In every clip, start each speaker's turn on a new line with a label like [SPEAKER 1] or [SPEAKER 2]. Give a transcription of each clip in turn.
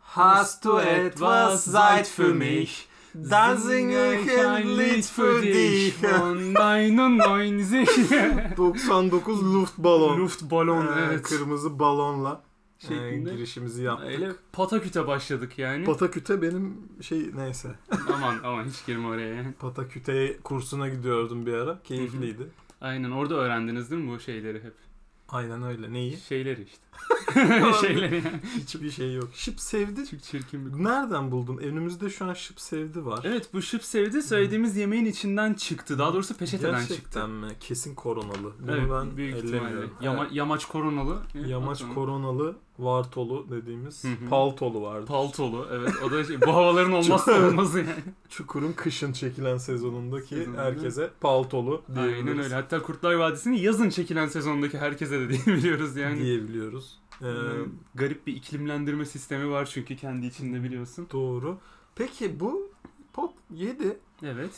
[SPEAKER 1] Hast du etwas Zeit für mich? Dann singe ich ein Lied für dich.
[SPEAKER 2] Und 99
[SPEAKER 1] 99 Luftballon.
[SPEAKER 2] Luftballon
[SPEAKER 1] Ee,
[SPEAKER 2] evet.
[SPEAKER 1] Kırmızı balonla ee,
[SPEAKER 2] Şeklinde.
[SPEAKER 1] girişimizi yaptık.
[SPEAKER 2] Öyle pataküte başladık yani.
[SPEAKER 1] Pataküte benim şey neyse.
[SPEAKER 2] aman aman hiç girme oraya yani.
[SPEAKER 1] Pataküte kursuna gidiyordum bir ara. Keyifliydi.
[SPEAKER 2] Aynen orada öğrendiniz değil mi bu şeyleri hep?
[SPEAKER 1] Aynen öyle. Neyi?
[SPEAKER 2] Şeyleri işte. şeyleri yani.
[SPEAKER 1] Hiçbir şey yok. Şıp sevdi.
[SPEAKER 2] Çok çirkin bir
[SPEAKER 1] Nereden buldun? Önümüzde şu an şıp sevdi var.
[SPEAKER 2] Evet bu şıp sevdi söylediğimiz yemeğin içinden çıktı. Daha doğrusu peçeteden
[SPEAKER 1] Gerçekten
[SPEAKER 2] çıktı.
[SPEAKER 1] mi? Kesin koronalı. Bunu
[SPEAKER 2] Evet,
[SPEAKER 1] ben
[SPEAKER 2] büyük ihtimalle.
[SPEAKER 1] ellemiyorum.
[SPEAKER 2] Yama-
[SPEAKER 1] Evet.
[SPEAKER 2] Yamaç koronalı.
[SPEAKER 1] Yamaç
[SPEAKER 2] Atıyorum.
[SPEAKER 1] koronalı, vartolu dediğimiz
[SPEAKER 2] Hı hı.
[SPEAKER 1] paltolu vardı.
[SPEAKER 2] Paltolu evet o da şey, bu havaların olmazsa olmazı yani.
[SPEAKER 1] Çukur'un kışın çekilen sezonundaki
[SPEAKER 2] Sezonunda.
[SPEAKER 1] herkese paltolu diyebiliriz.
[SPEAKER 2] Aynen öyle. Hatta Kurtlar Vadisi'ni yazın çekilen sezondaki herkese de diyebiliyoruz yani.
[SPEAKER 1] Diyebiliyoruz. Ee,
[SPEAKER 2] Yani garip bir iklimlendirme sistemi var çünkü kendi içinde biliyorsun.
[SPEAKER 1] Doğru. Peki bu pop 7
[SPEAKER 2] Evet.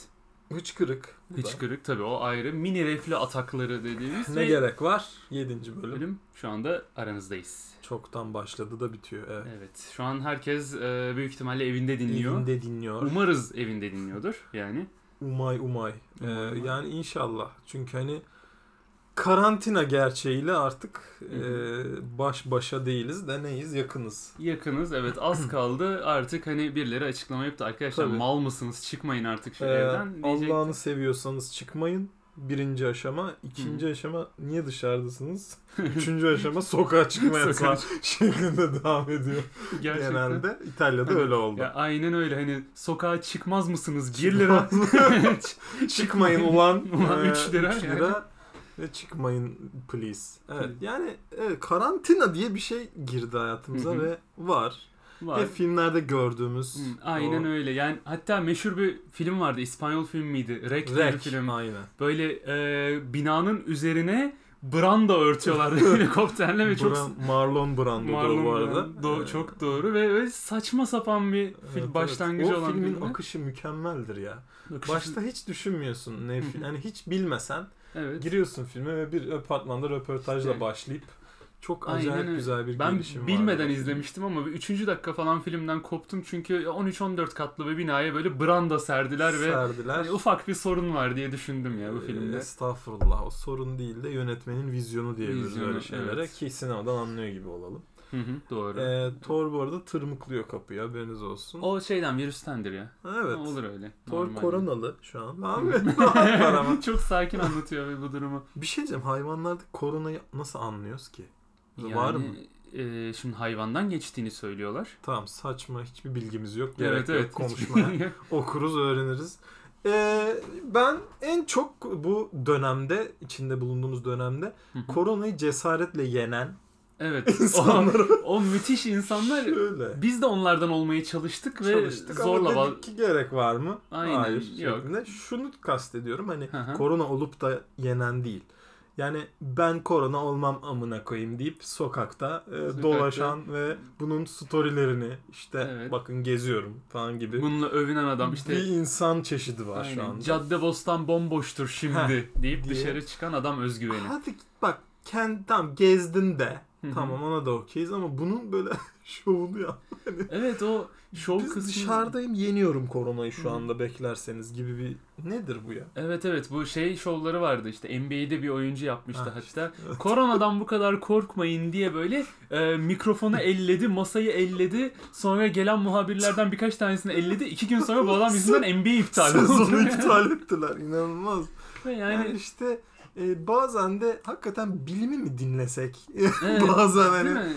[SPEAKER 1] hıçkırık. bu da.
[SPEAKER 2] Hıçkırık tabii o ayrı. Mini reflü atakları dediğimiz
[SPEAKER 1] Ne
[SPEAKER 2] ve
[SPEAKER 1] gerek var? 7. bölüm.
[SPEAKER 2] bölüm şu anda aranızdayız.
[SPEAKER 1] Çoktan başladı da bitiyor. Evet.
[SPEAKER 2] Evet. Şu an herkes e, büyük ihtimalle evinde dinliyor.
[SPEAKER 1] Evinde dinliyor.
[SPEAKER 2] Umarız evinde dinliyordur yani.
[SPEAKER 1] Umay umay. Ee,
[SPEAKER 2] Umay umay.
[SPEAKER 1] Yani inşallah. Çünkü hani karantina gerçeğiyle artık
[SPEAKER 2] Hı hı.
[SPEAKER 1] e, baş başa değiliz de neyiz yakınız.
[SPEAKER 2] Yakınız evet az kaldı artık hani birileri açıklama yaptı arkadaşlar
[SPEAKER 1] Tabii.
[SPEAKER 2] mal mısınız çıkmayın artık şu
[SPEAKER 1] Ee,
[SPEAKER 2] evden diyecek.
[SPEAKER 1] Allah'ını seviyorsanız çıkmayın. Birinci aşama. ikinci aşama niye dışarıdasınız? Üçüncü aşama sokağa çıkmaya
[SPEAKER 2] Sokağa
[SPEAKER 1] şeklinde devam ediyor.
[SPEAKER 2] Gerçekten.
[SPEAKER 1] Genelde İtalya'da
[SPEAKER 2] Hani,
[SPEAKER 1] öyle oldu.
[SPEAKER 2] Ya aynen öyle hani sokağa çıkmaz mısınız 1 lira.
[SPEAKER 1] çıkmayın ulan.
[SPEAKER 2] Ulan
[SPEAKER 1] Ee,
[SPEAKER 2] üç lira
[SPEAKER 1] üç
[SPEAKER 2] yani.
[SPEAKER 1] lira Ve çıkmayın please. Evet
[SPEAKER 2] Please.
[SPEAKER 1] yani evet, karantina diye bir şey girdi hayatımıza
[SPEAKER 2] Hı hı.
[SPEAKER 1] ve var.
[SPEAKER 2] Var.
[SPEAKER 1] Ve filmlerde gördüğümüz.
[SPEAKER 2] Hı, Aynen
[SPEAKER 1] o
[SPEAKER 2] öyle. Yani hatta meşhur bir film vardı. İspanyol film miydi? Rek, diye bir
[SPEAKER 1] Rek.
[SPEAKER 2] film.
[SPEAKER 1] Aynen.
[SPEAKER 2] Böyle e, binanın üzerine branda örtüyorlardı helikopterle ve çok
[SPEAKER 1] Bran- Marlon Brando
[SPEAKER 2] Marlon
[SPEAKER 1] bu arada.
[SPEAKER 2] Brando. Do-
[SPEAKER 1] Ee,
[SPEAKER 2] çok doğru ve öyle saçma sapan bir
[SPEAKER 1] evet,
[SPEAKER 2] fil
[SPEAKER 1] evet.
[SPEAKER 2] başlangıcı
[SPEAKER 1] o
[SPEAKER 2] olan
[SPEAKER 1] filmin
[SPEAKER 2] filmde.
[SPEAKER 1] akışı mükemmeldir ya.
[SPEAKER 2] Bakış-
[SPEAKER 1] Başta hiç düşünmüyorsun ne
[SPEAKER 2] Hı hı.
[SPEAKER 1] film. Yani hiç bilmesen
[SPEAKER 2] evet.
[SPEAKER 1] giriyorsun filme ve bir apartmanda röportajla
[SPEAKER 2] İşte.
[SPEAKER 1] başlayıp çok
[SPEAKER 2] Aynen
[SPEAKER 1] acayip
[SPEAKER 2] öyle.
[SPEAKER 1] güzel bir şey
[SPEAKER 2] Ben
[SPEAKER 1] gelişim var.
[SPEAKER 2] bilmeden izlemiştim ama 3. dakika falan filmden koptum çünkü 13-14 katlı bir binaya böyle branda serdiler ve
[SPEAKER 1] Serdiler.
[SPEAKER 2] hani ufak bir sorun var diye düşündüm ya bu
[SPEAKER 1] Ee,
[SPEAKER 2] filmde.
[SPEAKER 1] Estağfurullah. O sorun değil de yönetmenin vizyonu diyebiliriz
[SPEAKER 2] Vizyonu,
[SPEAKER 1] öyle şeylere.
[SPEAKER 2] evet.
[SPEAKER 1] Ki sinemadan anlıyor gibi olalım.
[SPEAKER 2] Hı hı, doğru.
[SPEAKER 1] Ee, Thor bu arada tırmıklıyor kapıyı haberiniz olsun.
[SPEAKER 2] o şeyden virüstendir ya.
[SPEAKER 1] evet.
[SPEAKER 2] Olur öyle.
[SPEAKER 1] Thor
[SPEAKER 2] normal.
[SPEAKER 1] koronalı şu an. Ne yapıyor? Ne yapar ama?
[SPEAKER 2] Çok sakin anlatıyor ve bu durumu.
[SPEAKER 1] Bir şey diyeceğim. Hayvanlarda koronayı nasıl anlıyoruz ki? Var mı?
[SPEAKER 2] e, şimdi hayvandan geçtiğini söylüyorlar.
[SPEAKER 1] Tamam saçma. Hiçbir bilgimiz yok. Gerek
[SPEAKER 2] Evet
[SPEAKER 1] yok
[SPEAKER 2] evet.
[SPEAKER 1] konuşmaya. Okuruz öğreniriz. Ee, ben en çok bu dönemde içinde bulunduğumuz dönemde
[SPEAKER 2] Hı hı.
[SPEAKER 1] koronayı cesaretle yenen
[SPEAKER 2] evet. O,
[SPEAKER 1] insanlara
[SPEAKER 2] o müthiş insanlar
[SPEAKER 1] şöyle
[SPEAKER 2] biz de onlardan olmaya çalıştık ve
[SPEAKER 1] çalıştık
[SPEAKER 2] zorla
[SPEAKER 1] ama
[SPEAKER 2] va-
[SPEAKER 1] dedik ki gerek var mı?
[SPEAKER 2] Aynen,
[SPEAKER 1] Hayır.
[SPEAKER 2] yok.
[SPEAKER 1] şeklinde. Şunu kastediyorum hani
[SPEAKER 2] Hı hı.
[SPEAKER 1] korona olup da yenen değil. Yani ben korona olmam amına koyayım deyip sokakta, e,
[SPEAKER 2] Sokakta.
[SPEAKER 1] dolaşan ve bunun storylerini işte
[SPEAKER 2] Evet.
[SPEAKER 1] bakın geziyorum falan gibi
[SPEAKER 2] bununla övünen adam
[SPEAKER 1] bir
[SPEAKER 2] işte
[SPEAKER 1] insan çeşidi var şu
[SPEAKER 2] aynen,
[SPEAKER 1] anda.
[SPEAKER 2] cadde bostan bomboştur şimdi deyip
[SPEAKER 1] diye.
[SPEAKER 2] dışarı çıkan adam özgüveni.
[SPEAKER 1] Hadi bak kendi tam gezdin de
[SPEAKER 2] Hı hı.
[SPEAKER 1] tamam ona da okeyiz ama bunun böyle şovunu yap.
[SPEAKER 2] Evet o şov
[SPEAKER 1] Biz
[SPEAKER 2] kısmı.
[SPEAKER 1] dışarıdayım yeniyorum koronayı
[SPEAKER 2] Hı
[SPEAKER 1] şu
[SPEAKER 2] hı.
[SPEAKER 1] anda beklerseniz gibi bir nedir bu ya?
[SPEAKER 2] Evet evet bu şey şovları vardı işte NBA'de bir oyuncu yapmıştı
[SPEAKER 1] Ha,
[SPEAKER 2] hatta.
[SPEAKER 1] Ah, evet.
[SPEAKER 2] Koronadan bu kadar korkmayın diye böyle e, mikrofonu elledi, masayı elledi. Sonra gelen muhabirlerden birkaç tanesini elledi. İki gün sonra bu adam yüzünden NBA iptal oldu.
[SPEAKER 1] Sezonu iptal ettiler inanılmaz.
[SPEAKER 2] Ve
[SPEAKER 1] Yani,
[SPEAKER 2] yani
[SPEAKER 1] işte e, bazen de hakikaten bilimi mi dinlesek?
[SPEAKER 2] evet,
[SPEAKER 1] bazen
[SPEAKER 2] değil
[SPEAKER 1] hani
[SPEAKER 2] mi?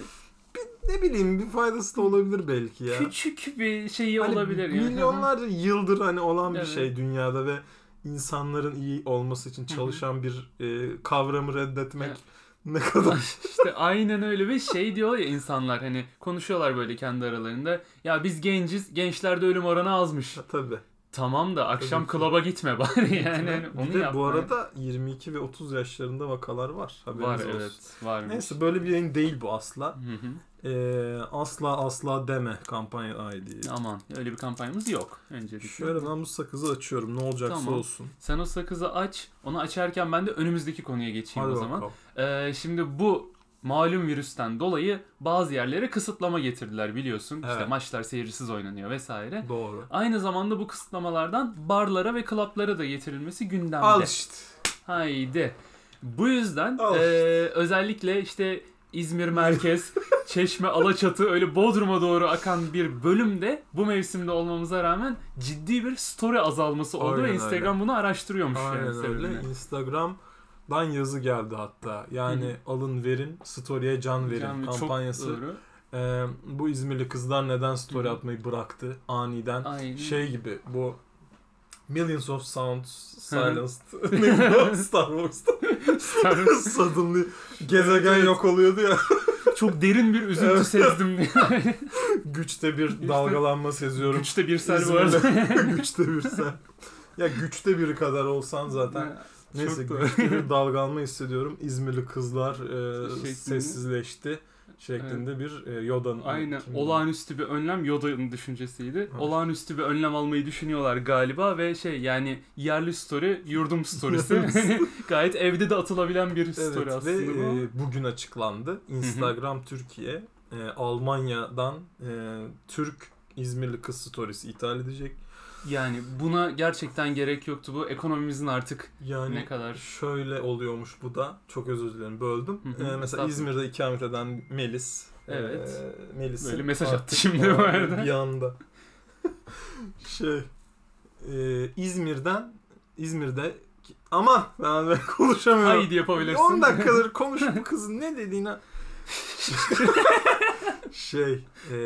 [SPEAKER 1] ne bileyim bir faydası da olabilir belki ya.
[SPEAKER 2] Küçük bir şeyi
[SPEAKER 1] Hani
[SPEAKER 2] olabilir yani.
[SPEAKER 1] Milyonlarca yıldır hani olan bir
[SPEAKER 2] Evet.
[SPEAKER 1] şey dünyada ve insanların iyi olması için çalışan bir e, kavramı reddetmek
[SPEAKER 2] Ya.
[SPEAKER 1] ne kadar
[SPEAKER 2] İşte aynen öyle ve şey diyor ya insanlar hani konuşuyorlar böyle kendi aralarında. Ya biz genciz, gençlerde ölüm oranı azmış.
[SPEAKER 1] tabii.
[SPEAKER 2] Tamam da akşam
[SPEAKER 1] Tabii ki.
[SPEAKER 2] klaba gitme bari yani. Hani
[SPEAKER 1] Bir
[SPEAKER 2] onu
[SPEAKER 1] de
[SPEAKER 2] yapma.
[SPEAKER 1] bu arada 22 ve 30 yaşlarında vakalar var. Haberiniz
[SPEAKER 2] Var
[SPEAKER 1] olsun.
[SPEAKER 2] evet. Var.
[SPEAKER 1] Neyse böyle bir yayın değil bu asla.
[SPEAKER 2] Hı hı.
[SPEAKER 1] Ee, asla asla deme kampanya ID.
[SPEAKER 2] Aman öyle bir kampanyamız yok öncelikle.
[SPEAKER 1] Şöyle ben bu sakızı açıyorum ne olacaksa
[SPEAKER 2] Tamam.
[SPEAKER 1] olsun.
[SPEAKER 2] Sen o sakızı aç. Onu açarken ben de önümüzdeki konuya geçeyim
[SPEAKER 1] Hadi
[SPEAKER 2] o zaman.
[SPEAKER 1] bakalım.
[SPEAKER 2] Ee, şimdi bu malum virüsten dolayı bazı yerlere kısıtlama getirdiler biliyorsun. İşte
[SPEAKER 1] Evet.
[SPEAKER 2] maçlar seyircisiz oynanıyor vesaire.
[SPEAKER 1] Doğru.
[SPEAKER 2] Aynı zamanda bu kısıtlamalardan barlara ve klaplara da getirilmesi gündemde.
[SPEAKER 1] Al işte.
[SPEAKER 2] Haydi. Bu yüzden
[SPEAKER 1] Al.
[SPEAKER 2] e, özellikle işte İzmir merkez, Çeşme, Alaçatı öyle Bodrum'a doğru akan bir bölümde bu mevsimde olmamıza rağmen ciddi bir story azalması oldu
[SPEAKER 1] Aynen
[SPEAKER 2] ve
[SPEAKER 1] öyle.
[SPEAKER 2] Instagram bunu araştırıyormuş yani
[SPEAKER 1] Aynen öyle.
[SPEAKER 2] sebebini.
[SPEAKER 1] Instagram'dan yazı geldi hatta. Yani
[SPEAKER 2] Hı
[SPEAKER 1] alın verin, story'e can verin
[SPEAKER 2] Yani çok
[SPEAKER 1] kampanyası.
[SPEAKER 2] doğru.
[SPEAKER 1] Ee, bu İzmirli kızlar neden story
[SPEAKER 2] Hı hı.
[SPEAKER 1] atmayı bıraktı aniden?
[SPEAKER 2] Aynen.
[SPEAKER 1] Şey gibi bu Millions of Sounds Silenced. Neydi o? Star Wars'ta
[SPEAKER 2] Sen-
[SPEAKER 1] suddenly gezegen
[SPEAKER 2] evet.
[SPEAKER 1] yok oluyordu ya.
[SPEAKER 2] çok derin bir üzüntü
[SPEAKER 1] Evet.
[SPEAKER 2] sezdim diye.
[SPEAKER 1] Güçte bir
[SPEAKER 2] Güçte-
[SPEAKER 1] dalgalanma seziyorum.
[SPEAKER 2] Güçte bir sel bu
[SPEAKER 1] İzmir'de.
[SPEAKER 2] arada.
[SPEAKER 1] güçte bir sen. Ya güçte biri kadar olsan zaten Neyse
[SPEAKER 2] Çok da-
[SPEAKER 1] güçlü bir dalgalanma hissediyorum. İzmirli kızlar e,
[SPEAKER 2] Şeklinde.
[SPEAKER 1] sessizleşti şeklinde bir e, Yoda'nın.
[SPEAKER 2] Aynen.
[SPEAKER 1] Kim-
[SPEAKER 2] Olağanüstü bir önlem Yoda'nın düşüncesiydi. Olağanüstü bir önlem almayı düşünüyorlar galiba ve şey yani yerli story, yurdum storiesi. Gayet evde de atılabilen bir story
[SPEAKER 1] Evet ve
[SPEAKER 2] aslında bu.
[SPEAKER 1] e, bugün açıklandı. Instagram Türkiye e, Almanya'dan e, Türk İzmirli kız storiesi ithal edecek.
[SPEAKER 2] Yani buna gerçekten gerek yoktu bu. Ekonomimizin artık
[SPEAKER 1] Yani
[SPEAKER 2] ne kadar
[SPEAKER 1] şöyle oluyormuş bu da. Çok özür dilerim böldüm.
[SPEAKER 2] Hı hı,
[SPEAKER 1] E, mesela
[SPEAKER 2] estağfurullah.
[SPEAKER 1] İzmir'de ikamet eden Melis.
[SPEAKER 2] Evet.
[SPEAKER 1] E, Melis'in
[SPEAKER 2] Böyle mesaj
[SPEAKER 1] artık
[SPEAKER 2] attı şimdi bu
[SPEAKER 1] Aa,
[SPEAKER 2] arada.
[SPEAKER 1] Bir anda. şey. e, İzmir'den İzmir'de aman ben ben konuşamıyorum.
[SPEAKER 2] Haydi yapabilirsin.
[SPEAKER 1] 10 dakikadır konuş bu kızın ne dediğini. şey, e,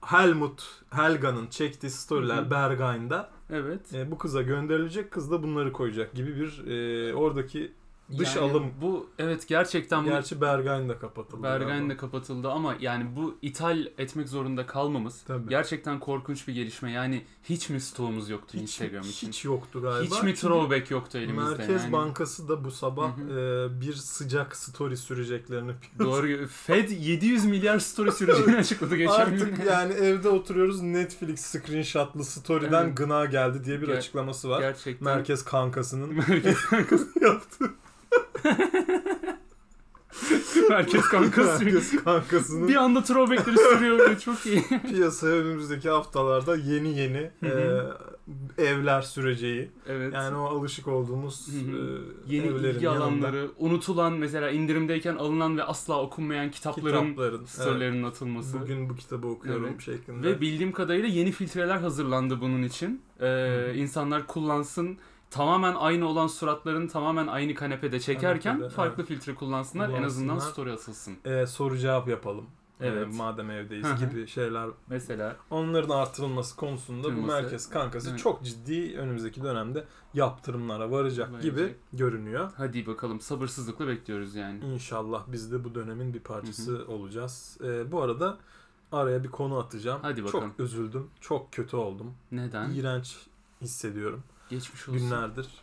[SPEAKER 1] Helmut Helga'nın çektiği
[SPEAKER 2] Hı
[SPEAKER 1] storyler
[SPEAKER 2] hı.
[SPEAKER 1] Berghain'da
[SPEAKER 2] evet.
[SPEAKER 1] e, bu kıza gönderilecek kız da bunları koyacak gibi bir e, oradaki dış
[SPEAKER 2] Yani
[SPEAKER 1] alım.
[SPEAKER 2] Bu evet gerçekten bu
[SPEAKER 1] Gerçi Berghain de kapatıldı.
[SPEAKER 2] Bergen de
[SPEAKER 1] galiba.
[SPEAKER 2] kapatıldı ama yani bu ithal etmek zorunda kalmamız
[SPEAKER 1] Tabii.
[SPEAKER 2] gerçekten korkunç bir gelişme. Yani hiç mi stoğumuz yoktu
[SPEAKER 1] hiç,
[SPEAKER 2] Instagram için?
[SPEAKER 1] hiç yoktu galiba.
[SPEAKER 2] Hiç mi throwback yoktu elimizde
[SPEAKER 1] Merkez
[SPEAKER 2] yani?
[SPEAKER 1] Bankası da bu sabah
[SPEAKER 2] Hı
[SPEAKER 1] e, bir sıcak story süreceklerini
[SPEAKER 2] Doğru. Fed 700 milyar story süreceğini açıkladı geçen gün.
[SPEAKER 1] Artık yani evde oturuyoruz Netflix screenshotlı story'den
[SPEAKER 2] Evet.
[SPEAKER 1] gına geldi diye bir
[SPEAKER 2] Ger-
[SPEAKER 1] açıklaması var.
[SPEAKER 2] Gerçekten.
[SPEAKER 1] Merkez kankasının
[SPEAKER 2] Merkez,
[SPEAKER 1] yaptığı
[SPEAKER 2] merkez kankası.
[SPEAKER 1] Merkez kankasının
[SPEAKER 2] bir anda throwbackleri sürüyor. ve Çok iyi.
[SPEAKER 1] piyasaya önümüzdeki haftalarda yeni yeni
[SPEAKER 2] Hı
[SPEAKER 1] e,
[SPEAKER 2] hı.
[SPEAKER 1] evler süreceği.
[SPEAKER 2] Evet.
[SPEAKER 1] Yani o alışık olduğumuz
[SPEAKER 2] Hı hı.
[SPEAKER 1] e,
[SPEAKER 2] Yeni
[SPEAKER 1] evlerin
[SPEAKER 2] ilgi alanları, unutulan mesela indirimdeyken alınan ve asla okunmayan kitapların,
[SPEAKER 1] kitapların. evet.
[SPEAKER 2] storylerinin atılması.
[SPEAKER 1] Bugün bu kitabı okuyorum
[SPEAKER 2] Evet.
[SPEAKER 1] şeklinde.
[SPEAKER 2] Ve bildiğim kadarıyla yeni filtreler hazırlandı bunun için. Ee,
[SPEAKER 1] Hı.
[SPEAKER 2] insanlar kullansın. Tamamen aynı olan suratlarını tamamen aynı kanepede çekerken
[SPEAKER 1] Kanepede,
[SPEAKER 2] farklı filtre kullansınlar. En azından
[SPEAKER 1] Kullansınlar.
[SPEAKER 2] story atılsın.
[SPEAKER 1] E, soru cevap yapalım. E,
[SPEAKER 2] Evet.
[SPEAKER 1] madem evdeyiz
[SPEAKER 2] Hı hı.
[SPEAKER 1] gibi şeyler
[SPEAKER 2] Mesela
[SPEAKER 1] Onların artırılması konusunda bu
[SPEAKER 2] Artırılması.
[SPEAKER 1] merkez kankası
[SPEAKER 2] Evet.
[SPEAKER 1] çok ciddi önümüzdeki dönemde yaptırımlara varacak
[SPEAKER 2] Varacak.
[SPEAKER 1] gibi görünüyor.
[SPEAKER 2] hadi bakalım sabırsızlıkla bekliyoruz yani.
[SPEAKER 1] İnşallah biz de bu dönemin bir parçası olacağız. Ee, bu arada araya bir konu atacağım.
[SPEAKER 2] Hadi bakalım.
[SPEAKER 1] Çok üzüldüm, çok kötü oldum.
[SPEAKER 2] Neden?
[SPEAKER 1] İğrenç hissediyorum
[SPEAKER 2] Geçmiş olsun.
[SPEAKER 1] günlerdir.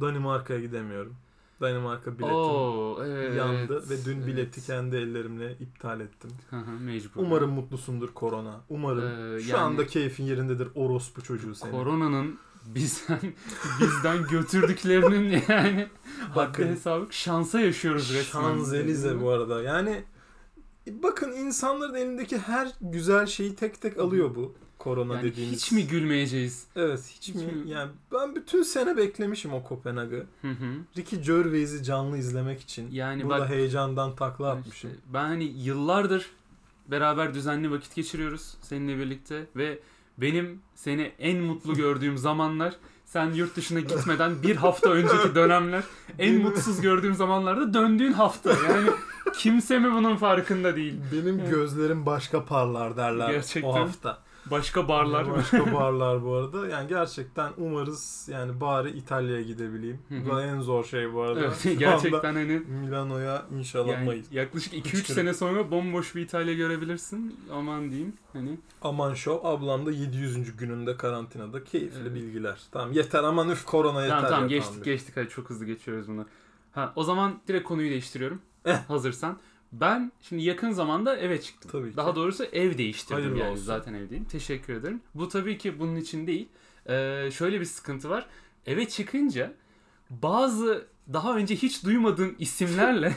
[SPEAKER 1] Danimarka'ya gidemiyorum. Danimarka biletim
[SPEAKER 2] Oo, evet.
[SPEAKER 1] yandı ve dün
[SPEAKER 2] evet.
[SPEAKER 1] bileti kendi ellerimle iptal ettim.
[SPEAKER 2] Hı hı, Mecbur.
[SPEAKER 1] Umarım mutlusundur korona. Umarım.
[SPEAKER 2] Ee,
[SPEAKER 1] Şu
[SPEAKER 2] yani-
[SPEAKER 1] anda keyfin yerindedir orospu çocuğu senin.
[SPEAKER 2] Koronanın bizden bizden götürdüklerinin yani
[SPEAKER 1] Bakın.
[SPEAKER 2] haddi hesabı şansa yaşıyoruz resmen.
[SPEAKER 1] Şanzelize bu arada. Yani bakın insanların elindeki her güzel şeyi tek tek alıyor bu korona
[SPEAKER 2] Yani
[SPEAKER 1] dediğimiz.
[SPEAKER 2] hiç mi gülmeyeceğiz?
[SPEAKER 1] Evet hiç,
[SPEAKER 2] hiç
[SPEAKER 1] mi?
[SPEAKER 2] mi?
[SPEAKER 1] Yani ben bütün sene beklemişim o Kopenhag'ı.
[SPEAKER 2] Hı hı.
[SPEAKER 1] Ricky Gervais'i canlı izlemek için.
[SPEAKER 2] Yani
[SPEAKER 1] Burada
[SPEAKER 2] Hani bak
[SPEAKER 1] heyecandan takla
[SPEAKER 2] ben
[SPEAKER 1] atmışım.
[SPEAKER 2] işte- ben hani yıllardır beraber düzenli vakit geçiriyoruz seninle birlikte ve benim seni en mutlu gördüğüm zamanlar sen yurt dışına gitmeden bir hafta önceki dönemler en
[SPEAKER 1] Benim-
[SPEAKER 2] mutsuz gördüğüm zamanlarda döndüğün hafta yani kimse mi bunun farkında değil
[SPEAKER 1] Benim gözlerim başka parlar derler
[SPEAKER 2] Gerçekten.
[SPEAKER 1] o hafta.
[SPEAKER 2] başka barlar
[SPEAKER 1] Başka barlar bu arada. Yani gerçekten umarız yani bari İtalya'ya gidebileyim.
[SPEAKER 2] Hı hı.
[SPEAKER 1] Bu da en zor şey bu arada.
[SPEAKER 2] Evet,
[SPEAKER 1] Şu anda
[SPEAKER 2] gerçekten hani
[SPEAKER 1] Milano'ya inşallah
[SPEAKER 2] yani
[SPEAKER 1] Mayıs.
[SPEAKER 2] yaklaşık 2-3
[SPEAKER 1] Hıçkırık.
[SPEAKER 2] sene sonra bomboş bir İtalya görebilirsin aman diyeyim hani
[SPEAKER 1] Aman şov ablam da 700. gününde karantinada keyifli
[SPEAKER 2] Evet.
[SPEAKER 1] bilgiler. Tamam yeter aman üf korona yeter.
[SPEAKER 2] Tamam tamam
[SPEAKER 1] ya,
[SPEAKER 2] geçtik geçtik hadi çok hızlı geçiyoruz bunu. Ha o zaman direkt konuyu değiştiriyorum.
[SPEAKER 1] Eh.
[SPEAKER 2] Hazırsan. Ben şimdi yakın zamanda eve çıktım.
[SPEAKER 1] Tabii ki.
[SPEAKER 2] Daha doğrusu ev değiştirdim
[SPEAKER 1] Hayırlı
[SPEAKER 2] yani
[SPEAKER 1] olsun.
[SPEAKER 2] zaten evdeyim. Teşekkür ederim. Bu tabii ki bunun için değil. Ee, şöyle bir sıkıntı var. Eve çıkınca bazı daha önce hiç duymadığın isimlerle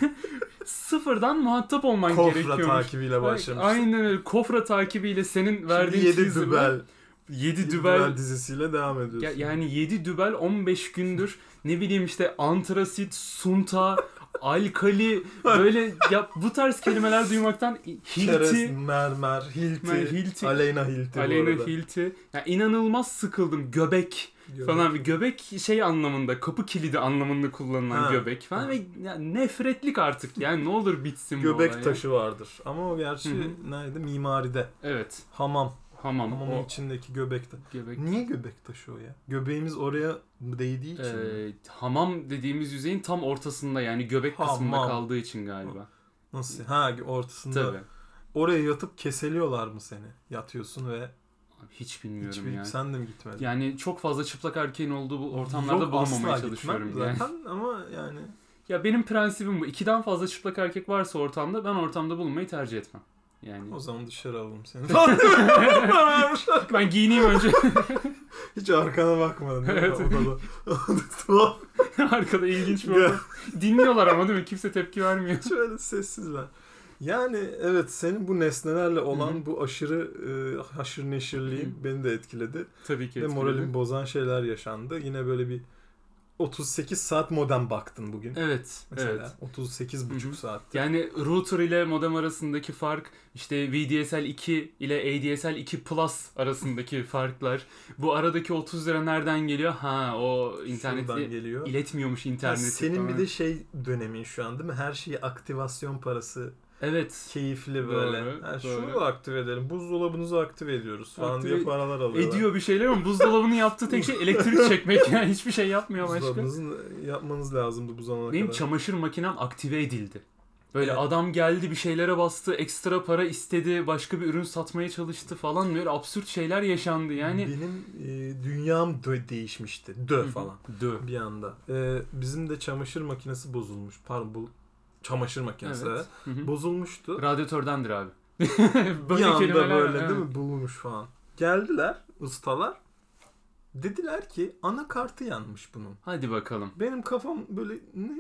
[SPEAKER 2] sıfırdan muhatap olman
[SPEAKER 1] Kofra
[SPEAKER 2] gerekiyormuş.
[SPEAKER 1] takibiyle başlamış.
[SPEAKER 2] Aynen öyle. Kofra takibiyle senin verdiğin
[SPEAKER 1] Şimdi 7
[SPEAKER 2] çizimi-
[SPEAKER 1] dübel.
[SPEAKER 2] Yedi
[SPEAKER 1] Yedi
[SPEAKER 2] dübel
[SPEAKER 1] dübel dizisiyle devam ediyorsun.
[SPEAKER 2] Ya, yani 7 dübel 15 gündür ne bileyim işte antrasit, sunta, alkali böyle ya bu tarz kelimeler duymaktan
[SPEAKER 1] Çerez,
[SPEAKER 2] hilti,
[SPEAKER 1] mermer, hilti,
[SPEAKER 2] Mer- hilti.
[SPEAKER 1] Aleyna hilti bu
[SPEAKER 2] aleyna
[SPEAKER 1] arada.
[SPEAKER 2] hilti. Ya inanılmaz sıkıldım göbek
[SPEAKER 1] Göbek.
[SPEAKER 2] falan. Göbek şey anlamında kapı kilidi anlamında kullanılan
[SPEAKER 1] Ha.
[SPEAKER 2] göbek falan ve ya nefretlik artık yani ne olur bitsin bu olay.
[SPEAKER 1] Göbek
[SPEAKER 2] ya.
[SPEAKER 1] taşı vardır. Ama o gerçi
[SPEAKER 2] Hı hı.
[SPEAKER 1] nerede? Mimaride.
[SPEAKER 2] Evet
[SPEAKER 1] Hamam.
[SPEAKER 2] hamam
[SPEAKER 1] Hamamın
[SPEAKER 2] o
[SPEAKER 1] içindeki göbekte.
[SPEAKER 2] göbek.
[SPEAKER 1] Niye göbek taşı o ya? Göbeğimiz oraya değdiği için. mi?
[SPEAKER 2] Ee, hamam dediğimiz yüzeyin tam ortasında yani göbek kısmında
[SPEAKER 1] Hamam.
[SPEAKER 2] kaldığı için galiba.
[SPEAKER 1] Nasıl? Ha ortasında.
[SPEAKER 2] Tabii.
[SPEAKER 1] Oraya yatıp keseliyorlar mı seni? Yatıyorsun ve
[SPEAKER 2] Abi Hiç bilmiyorum
[SPEAKER 1] hiçbir
[SPEAKER 2] yani.
[SPEAKER 1] sen de mi gitmedin?
[SPEAKER 2] Yani çok fazla çıplak erkeğin olduğu bu ortamlarda
[SPEAKER 1] Yok,
[SPEAKER 2] bulunmamaya
[SPEAKER 1] asla
[SPEAKER 2] çalışıyorum.
[SPEAKER 1] gitmem
[SPEAKER 2] Yani.
[SPEAKER 1] Zaten ama yani
[SPEAKER 2] Ya benim prensibim bu. İkiden fazla çıplak erkek varsa ortamda ben ortamda bulunmayı tercih etmem. Yani
[SPEAKER 1] o zaman dışarı alalım seni.
[SPEAKER 2] ben giyineyim önce.
[SPEAKER 1] Hiç arkana bakmadın değil mi?
[SPEAKER 2] Evet.
[SPEAKER 1] Odada. Tuhaf.
[SPEAKER 2] Arkada ilginç bir ortam. Dinliyorlar ama değil mi? Kimse tepki vermiyor.
[SPEAKER 1] Şöyle sessizler. Yani evet senin bu nesnelerle olan
[SPEAKER 2] Hı hı.
[SPEAKER 1] bu aşırı e, haşır neşirliğin beni de etkiledi.
[SPEAKER 2] Tabii ki.
[SPEAKER 1] Ve
[SPEAKER 2] etkiledi.
[SPEAKER 1] moralimi bozan şeyler yaşandı. Yine böyle bir 38 saat modem baktın bugün.
[SPEAKER 2] Evet,
[SPEAKER 1] Mesela
[SPEAKER 2] evet.
[SPEAKER 1] 38
[SPEAKER 2] Hı hı.
[SPEAKER 1] buçuk saatte.
[SPEAKER 2] Yani router ile modem arasındaki fark, işte VDSL 2 ile ADSL 2 Plus arasındaki farklar. Bu aradaki 30 lira nereden geliyor? Ha o
[SPEAKER 1] Şuradan
[SPEAKER 2] interneti
[SPEAKER 1] geliyor.
[SPEAKER 2] iletmiyormuş
[SPEAKER 1] Ha,
[SPEAKER 2] interneti.
[SPEAKER 1] senin bir
[SPEAKER 2] falan.
[SPEAKER 1] de şey dönemin şu an değil mi? Her şeyi aktivasyon parası
[SPEAKER 2] Evet.
[SPEAKER 1] keyifli böyle.
[SPEAKER 2] Doğru,
[SPEAKER 1] ha,
[SPEAKER 2] doğru.
[SPEAKER 1] şunu aktive edelim. Buzdolabınızı aktive ediyoruz falan
[SPEAKER 2] Aktive
[SPEAKER 1] diye paralar alıyorlar.
[SPEAKER 2] Ediyor bir şeyler ama buzdolabının yaptığı tek şey elektrik çekmek yani hiçbir şey yapmıyor başka.
[SPEAKER 1] Buzdolabınızın yapmanız lazımdı bu zamana
[SPEAKER 2] Benim
[SPEAKER 1] kadar.
[SPEAKER 2] çamaşır makinem aktive edildi. Böyle
[SPEAKER 1] Evet.
[SPEAKER 2] adam geldi bir şeylere bastı, ekstra para istedi, başka bir ürün satmaya çalıştı falan böyle absürt şeyler yaşandı yani.
[SPEAKER 1] Benim e, dünyam dö değişmişti. Dö falan.
[SPEAKER 2] Dö.
[SPEAKER 1] bir anda. E, bizim de çamaşır makinesi bozulmuş. Pardon bu çamaşır makinesi.
[SPEAKER 2] Evet.
[SPEAKER 1] evet.
[SPEAKER 2] Hı hı.
[SPEAKER 1] Bozulmuştu.
[SPEAKER 2] Radyatördendir abi.
[SPEAKER 1] bir anda
[SPEAKER 2] kelimeler-
[SPEAKER 1] böyle değil
[SPEAKER 2] evet.
[SPEAKER 1] mi bulmuş falan. Geldiler ustalar. Dediler ki anakartı yanmış bunun.
[SPEAKER 2] Hadi bakalım.
[SPEAKER 1] Benim kafam böyle ne,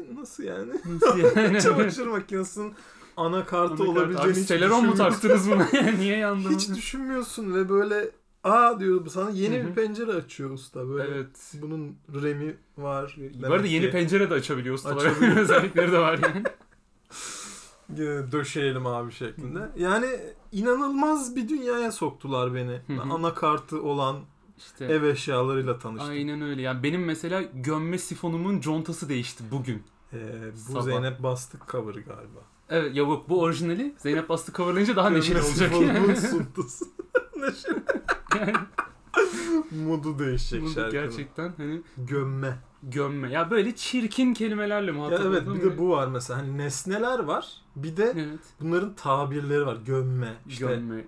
[SPEAKER 1] nasıl yani?
[SPEAKER 2] Nasıl yani?
[SPEAKER 1] Çamaşır makinesinin anakartı
[SPEAKER 2] Abi,
[SPEAKER 1] olabileceğini hiç
[SPEAKER 2] Celeron mu
[SPEAKER 1] düşünmüyorum.
[SPEAKER 2] taktınız buna? Niye yandı?
[SPEAKER 1] Hiç düşünmüyorsun ve böyle aa diyor sana yeni
[SPEAKER 2] Hı hı.
[SPEAKER 1] bir pencere açıyor usta böyle.
[SPEAKER 2] Evet.
[SPEAKER 1] Bunun remi var.
[SPEAKER 2] Bu arada yeni
[SPEAKER 1] pencere
[SPEAKER 2] pencere de açabiliyor ustalar.
[SPEAKER 1] Açabiliyor.
[SPEAKER 2] Özellikleri de var yani.
[SPEAKER 1] döşeyelim abi şeklinde. Yani inanılmaz bir dünyaya soktular beni.
[SPEAKER 2] Hı hı.
[SPEAKER 1] Ben anakartı olan
[SPEAKER 2] İşte.
[SPEAKER 1] ev eşyalarıyla tanıştım.
[SPEAKER 2] Aynen öyle. Yani benim mesela gömme sifonumun contası değişti bugün.
[SPEAKER 1] Ee, bu
[SPEAKER 2] Sabah.
[SPEAKER 1] Zeynep Bastık cover'ı galiba.
[SPEAKER 2] Evet ya yok bu orijinali Zeynep Bastı coverlayınca daha neşeli
[SPEAKER 1] Gömmesi
[SPEAKER 2] olacak.
[SPEAKER 1] Bulbul suntusu. Neşeli.
[SPEAKER 2] Yani
[SPEAKER 1] Modu değişecek
[SPEAKER 2] bunu
[SPEAKER 1] şarkının.
[SPEAKER 2] gerçekten hani
[SPEAKER 1] Gömme.
[SPEAKER 2] gömme. Ya böyle çirkin kelimelerle
[SPEAKER 1] Ya
[SPEAKER 2] muhatap
[SPEAKER 1] evet
[SPEAKER 2] oldum
[SPEAKER 1] bir de
[SPEAKER 2] ya.
[SPEAKER 1] bu var mesela. Hani nesneler var. Bir de
[SPEAKER 2] Evet.
[SPEAKER 1] bunların tabirleri var. Gömme. İşte
[SPEAKER 2] gömme.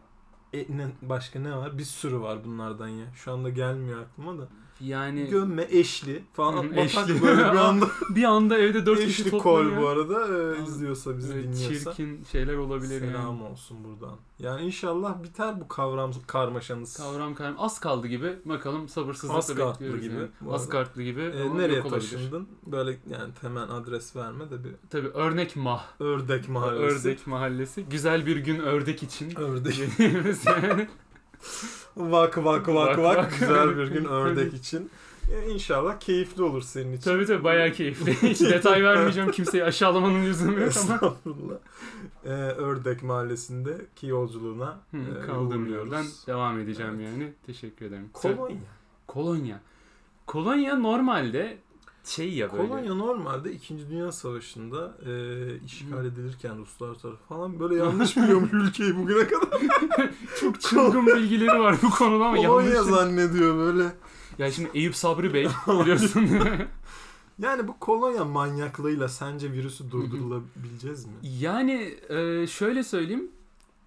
[SPEAKER 1] e, ne- başka ne var? Bir sürü var bunlardan ya. Şu anda gelmiyor aklıma da.
[SPEAKER 2] Yani
[SPEAKER 1] Gömme, eşli
[SPEAKER 2] Hı,
[SPEAKER 1] falan. Batak
[SPEAKER 2] eşli.
[SPEAKER 1] böyle bir anda
[SPEAKER 2] bir anda evde dört kişi
[SPEAKER 1] Eşli kol bu
[SPEAKER 2] toplanıyor.
[SPEAKER 1] arada ee,
[SPEAKER 2] Aa,
[SPEAKER 1] izliyorsa bizi
[SPEAKER 2] Evet,
[SPEAKER 1] dinliyorsa.
[SPEAKER 2] çirkin şeyler olabilir
[SPEAKER 1] Selam
[SPEAKER 2] yani.
[SPEAKER 1] olsun buradan. Yani inşallah biter bu kavram karmaşanız.
[SPEAKER 2] Kavram kavram. Az kaldı gibi. Bakalım
[SPEAKER 1] Az
[SPEAKER 2] sabırsızlıkla
[SPEAKER 1] kartlı
[SPEAKER 2] bekliyoruz
[SPEAKER 1] gibi
[SPEAKER 2] yani.
[SPEAKER 1] bu
[SPEAKER 2] Az
[SPEAKER 1] arada.
[SPEAKER 2] kartlı gibi.
[SPEAKER 1] Ee,
[SPEAKER 2] ama
[SPEAKER 1] nereye
[SPEAKER 2] yok olabilir.
[SPEAKER 1] taşındın? Böyle yani hemen adres verme de bir
[SPEAKER 2] Tabii örnek mah.
[SPEAKER 1] ördek mahallesi.
[SPEAKER 2] Ördek mahallesi. Güzel bir gün ördek için.
[SPEAKER 1] Ördek.
[SPEAKER 2] Dediğimiz yani.
[SPEAKER 1] Vak
[SPEAKER 2] Vak,
[SPEAKER 1] vak vak
[SPEAKER 2] vak.
[SPEAKER 1] vak. Güzel bir gün ördek
[SPEAKER 2] Ördek.
[SPEAKER 1] için. Ya inşallah keyifli olur senin için.
[SPEAKER 2] Tabii tabii bayağı keyifli. Hiç detay vermeyeceğim kimseyi aşağılamanın lüzumu yok ama.
[SPEAKER 1] Estağfurullah. Ee, ördek mahallesindeki yolculuğuna
[SPEAKER 2] Hı,
[SPEAKER 1] e,
[SPEAKER 2] Kaldığım
[SPEAKER 1] uğurluyoruz.
[SPEAKER 2] yerden devam edeceğim yani. Teşekkür ederim.
[SPEAKER 1] Kolonya.
[SPEAKER 2] Kolonya. Kolonya normalde şey ya böyle.
[SPEAKER 1] Kolonya normalde 2. Dünya Savaşı'nda e, işgal edilirken Ruslar tarafı falan böyle yanlış biliyormuş ülkeyi bugüne kadar.
[SPEAKER 2] Çok çılgın bilgileri var bu konuda ama
[SPEAKER 1] Kolonya
[SPEAKER 2] yanlış.
[SPEAKER 1] zannediyor böyle.
[SPEAKER 2] Ya şimdi Eyüp Sabri Bey biliyorsun.
[SPEAKER 1] Yani bu kolonya manyaklığıyla sence virüsü durdurulabileceğiz mi?
[SPEAKER 2] yani e, şöyle söyleyeyim.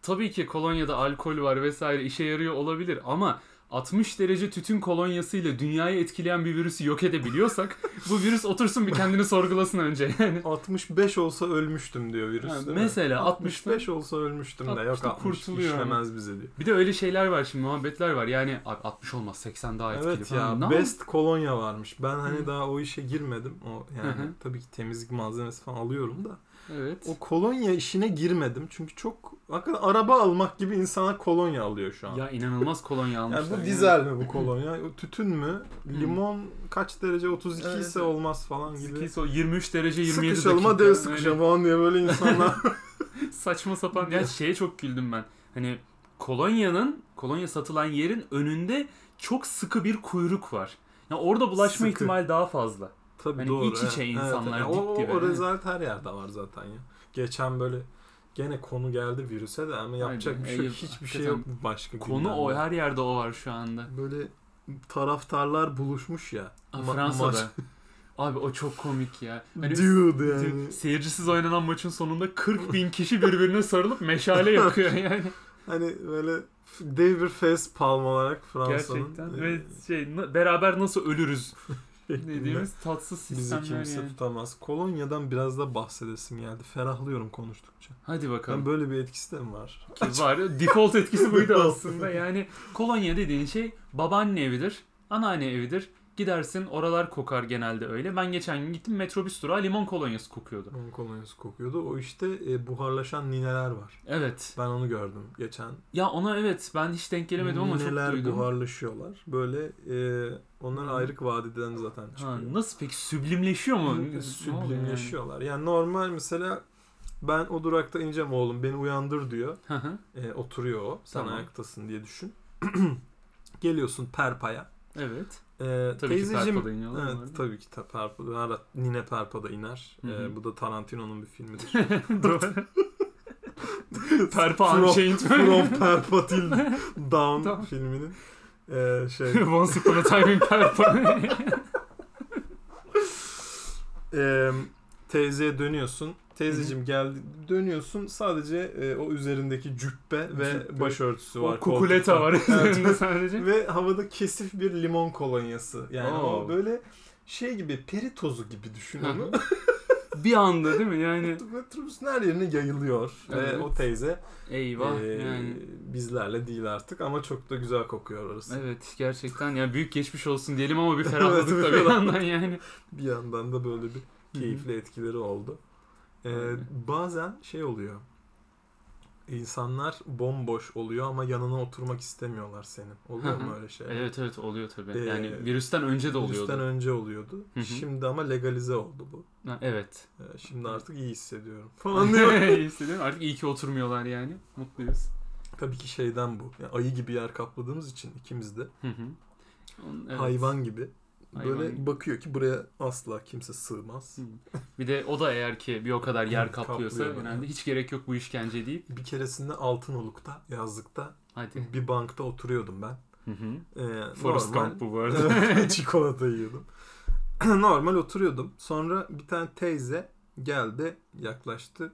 [SPEAKER 2] Tabii ki kolonyada alkol var vesaire işe yarıyor olabilir ama 60 derece tütün kolonyasıyla dünyayı etkileyen bir virüsü yok edebiliyorsak bu virüs otursun bir kendini sorgulasın önce yani.
[SPEAKER 1] 65 olsa ölmüştüm diyor virüs.
[SPEAKER 2] Ha,
[SPEAKER 1] değil mi?
[SPEAKER 2] mesela 65
[SPEAKER 1] 65 olsa ölmüştüm de yok
[SPEAKER 2] 60'ta
[SPEAKER 1] 60
[SPEAKER 2] kurtuluyor ama.
[SPEAKER 1] işlemez bize diyor.
[SPEAKER 2] Bir de öyle şeyler var şimdi muhabbetler var. Yani abi 60 olmaz 80 daha etkili
[SPEAKER 1] Evet
[SPEAKER 2] falan.
[SPEAKER 1] ya
[SPEAKER 2] Ne
[SPEAKER 1] best kolonya varmış. Ben hani
[SPEAKER 2] Hı.
[SPEAKER 1] daha o işe girmedim. O yani
[SPEAKER 2] Hı hı.
[SPEAKER 1] tabii ki temizlik malzemesi falan alıyorum da.
[SPEAKER 2] yap- Evet.
[SPEAKER 1] O kolonya işine girmedim. Çünkü çok hakikaten araba almak gibi insana kolonya alıyor şu an.
[SPEAKER 2] Ya inanılmaz kolonya almışlar.
[SPEAKER 1] yani bu
[SPEAKER 2] yani.
[SPEAKER 1] dizel mi bu kolonya? O Tütün mü? Limon kaç derece? 32
[SPEAKER 2] Evet,
[SPEAKER 1] ise
[SPEAKER 2] evet.
[SPEAKER 1] olmaz falan gibi.
[SPEAKER 2] Sikiyse o 23 derece 27
[SPEAKER 1] Sıkışalım
[SPEAKER 2] dakika.
[SPEAKER 1] hadi el
[SPEAKER 2] Öyle
[SPEAKER 1] sıkışalım falan diye böyle insanlar.
[SPEAKER 2] Saçma sapan. Ya şeye çok güldüm ben. Hani kolonyanın, kolonya satılan yerin önünde çok sıkı bir kuyruk var. Ya orada bulaşma
[SPEAKER 1] Sıkı.
[SPEAKER 2] ihtimali daha fazla.
[SPEAKER 1] Tabii
[SPEAKER 2] Hani
[SPEAKER 1] doğru.
[SPEAKER 2] iç içe insanlar
[SPEAKER 1] Ya o,
[SPEAKER 2] dip dibe,
[SPEAKER 1] o
[SPEAKER 2] evet.
[SPEAKER 1] rezalet her yerde var zaten ya. Geçen böyle gene konu geldi virüse de ama yapacak
[SPEAKER 2] Aynen.
[SPEAKER 1] bir şey
[SPEAKER 2] Ey,
[SPEAKER 1] yok. Hiçbir şey yok
[SPEAKER 2] hakikaten.
[SPEAKER 1] başka
[SPEAKER 2] Konu o
[SPEAKER 1] gündemde.
[SPEAKER 2] her yerde o var şu anda.
[SPEAKER 1] Böyle taraftarlar buluşmuş ya.
[SPEAKER 2] Ha,
[SPEAKER 1] Ma- maç-
[SPEAKER 2] Fransa'da. Abi o çok komik ya. Hani
[SPEAKER 1] Dude yani.
[SPEAKER 2] Seyircisiz oynanan maçın sonunda 40 bin kişi birbirine sarılıp meşale yakıyor yani.
[SPEAKER 1] Hani böyle f- dev bir fest palm olarak Fransa'nın.
[SPEAKER 2] Gerçekten.
[SPEAKER 1] e,
[SPEAKER 2] Ve şey na- beraber nasıl ölürüz
[SPEAKER 1] şeklinde.
[SPEAKER 2] dediğimiz tatsız
[SPEAKER 1] Bizi
[SPEAKER 2] sistemler
[SPEAKER 1] kimse
[SPEAKER 2] yani.
[SPEAKER 1] tutamaz. Kolonya'dan biraz da bahsedesim geldi. Ferahlıyorum konuştukça.
[SPEAKER 2] Hadi
[SPEAKER 1] Yani
[SPEAKER 2] bakalım.
[SPEAKER 1] böyle bir etkisi de mi var?
[SPEAKER 2] Ki var. Default etkisi buydu aslında. Yani kolonya dediğin şey babaanne evidir, anneanne evidir. Gidersin oralar kokar genelde öyle. Ben geçen gün gittim metrobüs durağı limon kolonyası kokuyordu.
[SPEAKER 1] Onun kolonyası kokuyordu. O işte e, buharlaşan nineler var.
[SPEAKER 2] Evet.
[SPEAKER 1] Ben onu gördüm geçen.
[SPEAKER 2] Ya ona evet ben hiç denk gelemedim ama çok
[SPEAKER 1] Neler
[SPEAKER 2] duydum.
[SPEAKER 1] buharlaşıyorlar. Böyle e, onlar
[SPEAKER 2] Hmm.
[SPEAKER 1] ayrık vadiden zaten
[SPEAKER 2] Ha,
[SPEAKER 1] çıkıyor.
[SPEAKER 2] nasıl peki süblimleşiyor mu? Ne oluyor
[SPEAKER 1] Süblimleşiyorlar. Yani normal mesela ben o durakta ineceğim oğlum beni uyandır diyor.
[SPEAKER 2] yani? Hı hı,
[SPEAKER 1] E, oturuyor o. Sen
[SPEAKER 2] Tamam.
[SPEAKER 1] ayaktasın diye düşün. Geliyorsun Perpa'ya.
[SPEAKER 2] evet.
[SPEAKER 1] E,
[SPEAKER 2] Tabii ki
[SPEAKER 1] teyzeciğim
[SPEAKER 2] Perpa'da iniyorlar.
[SPEAKER 1] Evet
[SPEAKER 2] bu arada.
[SPEAKER 1] tabii ki ta, Perpa'da, her- Nine Perpa'da iner.
[SPEAKER 2] Hı hı.
[SPEAKER 1] E, bu da Tarantino'nun bir filmidir.
[SPEAKER 2] Doğru. Perpa
[SPEAKER 1] From-
[SPEAKER 2] Unchained.
[SPEAKER 1] From Perpa Till Down
[SPEAKER 2] Tamam.
[SPEAKER 1] filminin e, şey
[SPEAKER 2] Once Upon a Time in Perpa.
[SPEAKER 1] Eee teyzeye dönüyorsun. Teyzeciğim geldi dönüyorsun. Sadece e, o üzerindeki cübbe ve
[SPEAKER 2] Cübbe.
[SPEAKER 1] başörtüsü var.
[SPEAKER 2] o kukuleta
[SPEAKER 1] koltukta.
[SPEAKER 2] var üzerinde
[SPEAKER 1] Evet.
[SPEAKER 2] sadece.
[SPEAKER 1] ve havada kesif bir limon kolonyası. Yani
[SPEAKER 2] Oo.
[SPEAKER 1] o böyle şey gibi peri tozu gibi düşün
[SPEAKER 2] Hı
[SPEAKER 1] onu.
[SPEAKER 2] Bir anda değil mi yani?
[SPEAKER 1] Metrobüsün her yerine yayılıyor. Ve
[SPEAKER 2] Evet.
[SPEAKER 1] o teyze
[SPEAKER 2] Eyvah
[SPEAKER 1] e,
[SPEAKER 2] yani.
[SPEAKER 1] bizlerle değil artık ama çok da güzel kokuyor orası.
[SPEAKER 2] Evet gerçekten ya büyük geçmiş olsun diyelim ama bir ferahladık
[SPEAKER 1] Evet,
[SPEAKER 2] da
[SPEAKER 1] bir
[SPEAKER 2] bir yandan yani.
[SPEAKER 1] Bir yandan da böyle bir keyifli etkileri oldu. Ee,
[SPEAKER 2] Aynen.
[SPEAKER 1] bazen şey oluyor. İnsanlar bomboş oluyor ama yanına oturmak istemiyorlar senin. Oluyor
[SPEAKER 2] Hı hı.
[SPEAKER 1] mu öyle şey?
[SPEAKER 2] Evet evet oluyor tabii.
[SPEAKER 1] Ee,
[SPEAKER 2] yani virüsten önce de oluyordu.
[SPEAKER 1] Virüsten önce oluyordu.
[SPEAKER 2] Hı hı.
[SPEAKER 1] Şimdi ama legalize oldu bu.
[SPEAKER 2] Ha, evet.
[SPEAKER 1] Ee, şimdi artık iyi hissediyorum falan diyor.
[SPEAKER 2] İşte değil mi? Artık iyi ki oturmuyorlar yani. Mutluyuz.
[SPEAKER 1] Tabii ki şeyden bu. Yani ayı gibi yer kapladığımız için ikimiz de
[SPEAKER 2] Hı hı. Onun- evet.
[SPEAKER 1] hayvan gibi.
[SPEAKER 2] Hayvan
[SPEAKER 1] Böyle
[SPEAKER 2] gibi.
[SPEAKER 1] bakıyor ki buraya asla kimse sığmaz.
[SPEAKER 2] Hı. Bir de o da eğer ki bir o kadar yer
[SPEAKER 1] Evet,
[SPEAKER 2] kaplıyorsa
[SPEAKER 1] kaplıyor.
[SPEAKER 2] genelde hiç gerek yok bu işkence deyip
[SPEAKER 1] Bir keresinde Altınoluk'ta, yazlıkta
[SPEAKER 2] hadi.
[SPEAKER 1] bir bankta oturuyordum ben.
[SPEAKER 2] Hı hı.
[SPEAKER 1] Ee,
[SPEAKER 2] Forrest
[SPEAKER 1] normal-
[SPEAKER 2] Gump bu bu arada.
[SPEAKER 1] Evet, çikolata yiyordum. Normal oturuyordum. Sonra bir tane teyze geldi, yaklaştı.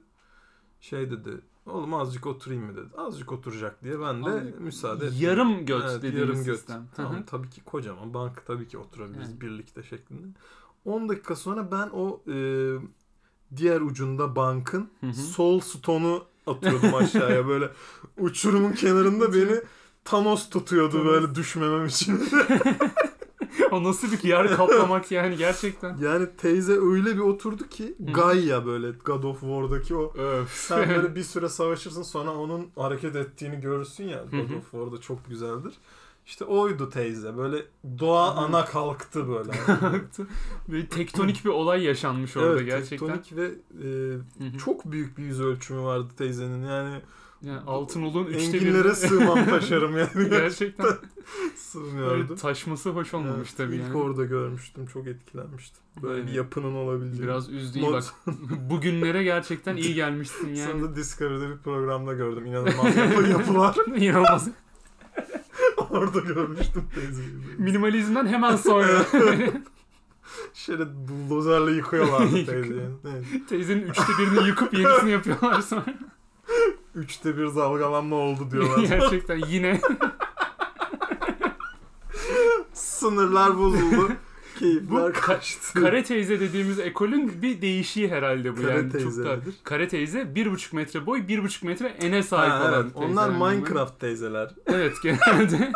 [SPEAKER 1] Şey dedi, oğlum azıcık oturayım mı dedi. Azıcık oturacak diye ben de
[SPEAKER 2] Azıcık-
[SPEAKER 1] müsaade ettim.
[SPEAKER 2] Yarım göt dediğimiz
[SPEAKER 1] yarım göt.
[SPEAKER 2] sistem. Hı
[SPEAKER 1] Tamam
[SPEAKER 2] hı.
[SPEAKER 1] tabii ki kocaman banka tabii ki oturabiliriz
[SPEAKER 2] Yani.
[SPEAKER 1] birlikte şeklinde. 10 dakika sonra ben o e, diğer ucunda bankın
[SPEAKER 2] Hı hı.
[SPEAKER 1] sol stonu atıyordum aşağıya böyle uçurumun kenarında beni Thanos tutuyordu
[SPEAKER 2] Thanos.
[SPEAKER 1] böyle düşmemem için.
[SPEAKER 2] o nasıl bir yer kaplamak yani gerçekten.
[SPEAKER 1] Yani teyze öyle bir oturdu ki
[SPEAKER 2] Hı.
[SPEAKER 1] Gaia böyle God of War'daki o
[SPEAKER 2] Öf.
[SPEAKER 1] sen böyle bir süre savaşırsın sonra onun hareket ettiğini görürsün ya
[SPEAKER 2] Hı
[SPEAKER 1] God
[SPEAKER 2] hı.
[SPEAKER 1] of War'da çok güzeldir. İşte oydu teyze böyle doğa
[SPEAKER 2] Hı.
[SPEAKER 1] ana kalktı böyle.
[SPEAKER 2] Böyle tektonik bir olay yaşanmış orada gerçekten.
[SPEAKER 1] tektonik ve e,
[SPEAKER 2] Hı hı.
[SPEAKER 1] çok büyük bir yüz ölçümü vardı teyzenin yani
[SPEAKER 2] Yani altın olun üçte
[SPEAKER 1] enginlere
[SPEAKER 2] birine-
[SPEAKER 1] sığmam taşarım yani
[SPEAKER 2] gerçekten böyle
[SPEAKER 1] sığmıyordu.
[SPEAKER 2] taşması hoş olmamış
[SPEAKER 1] Evet,
[SPEAKER 2] tabii
[SPEAKER 1] ilk
[SPEAKER 2] yani.
[SPEAKER 1] orada görmüştüm çok etkilenmiştim. Böyle bir
[SPEAKER 2] Evet.
[SPEAKER 1] yapının olabileceğini.
[SPEAKER 2] Biraz üzdü iyi
[SPEAKER 1] Mod-
[SPEAKER 2] bak. Bugünlere gerçekten iyi gelmişsin yani.
[SPEAKER 1] Sonra Discovery'de bir programda gördüm. İnanılmaz yapı yapılar.
[SPEAKER 2] İnanılmaz.
[SPEAKER 1] Orada görmüştüm teyzeyi.
[SPEAKER 2] Minimalizmden hemen sonra.
[SPEAKER 1] Şöyle buldozerle yıkıyorlardı teyzeyi. Evet.
[SPEAKER 2] Teyzenin üçte birini yıkıp yenisini yapıyorlar sonra.
[SPEAKER 1] Üçte bir dalgalanma oldu diyorlar.
[SPEAKER 2] Gerçekten yine.
[SPEAKER 1] sınırlar bozuldu. Keyifler
[SPEAKER 2] Bu ka-
[SPEAKER 1] kaçtı.
[SPEAKER 2] Kare teyze dediğimiz ekolün bir değişiği herhalde bu
[SPEAKER 1] Kare
[SPEAKER 2] yani.
[SPEAKER 1] teyze
[SPEAKER 2] Çok da...
[SPEAKER 1] nedir?
[SPEAKER 2] Kare teyze 1,5 metre boy 1,5 metre ene sahip
[SPEAKER 1] Ha,
[SPEAKER 2] olan
[SPEAKER 1] evet.
[SPEAKER 2] teyzeler
[SPEAKER 1] Onlar
[SPEAKER 2] bunlar.
[SPEAKER 1] Minecraft teyzeler.
[SPEAKER 2] Evet genelde.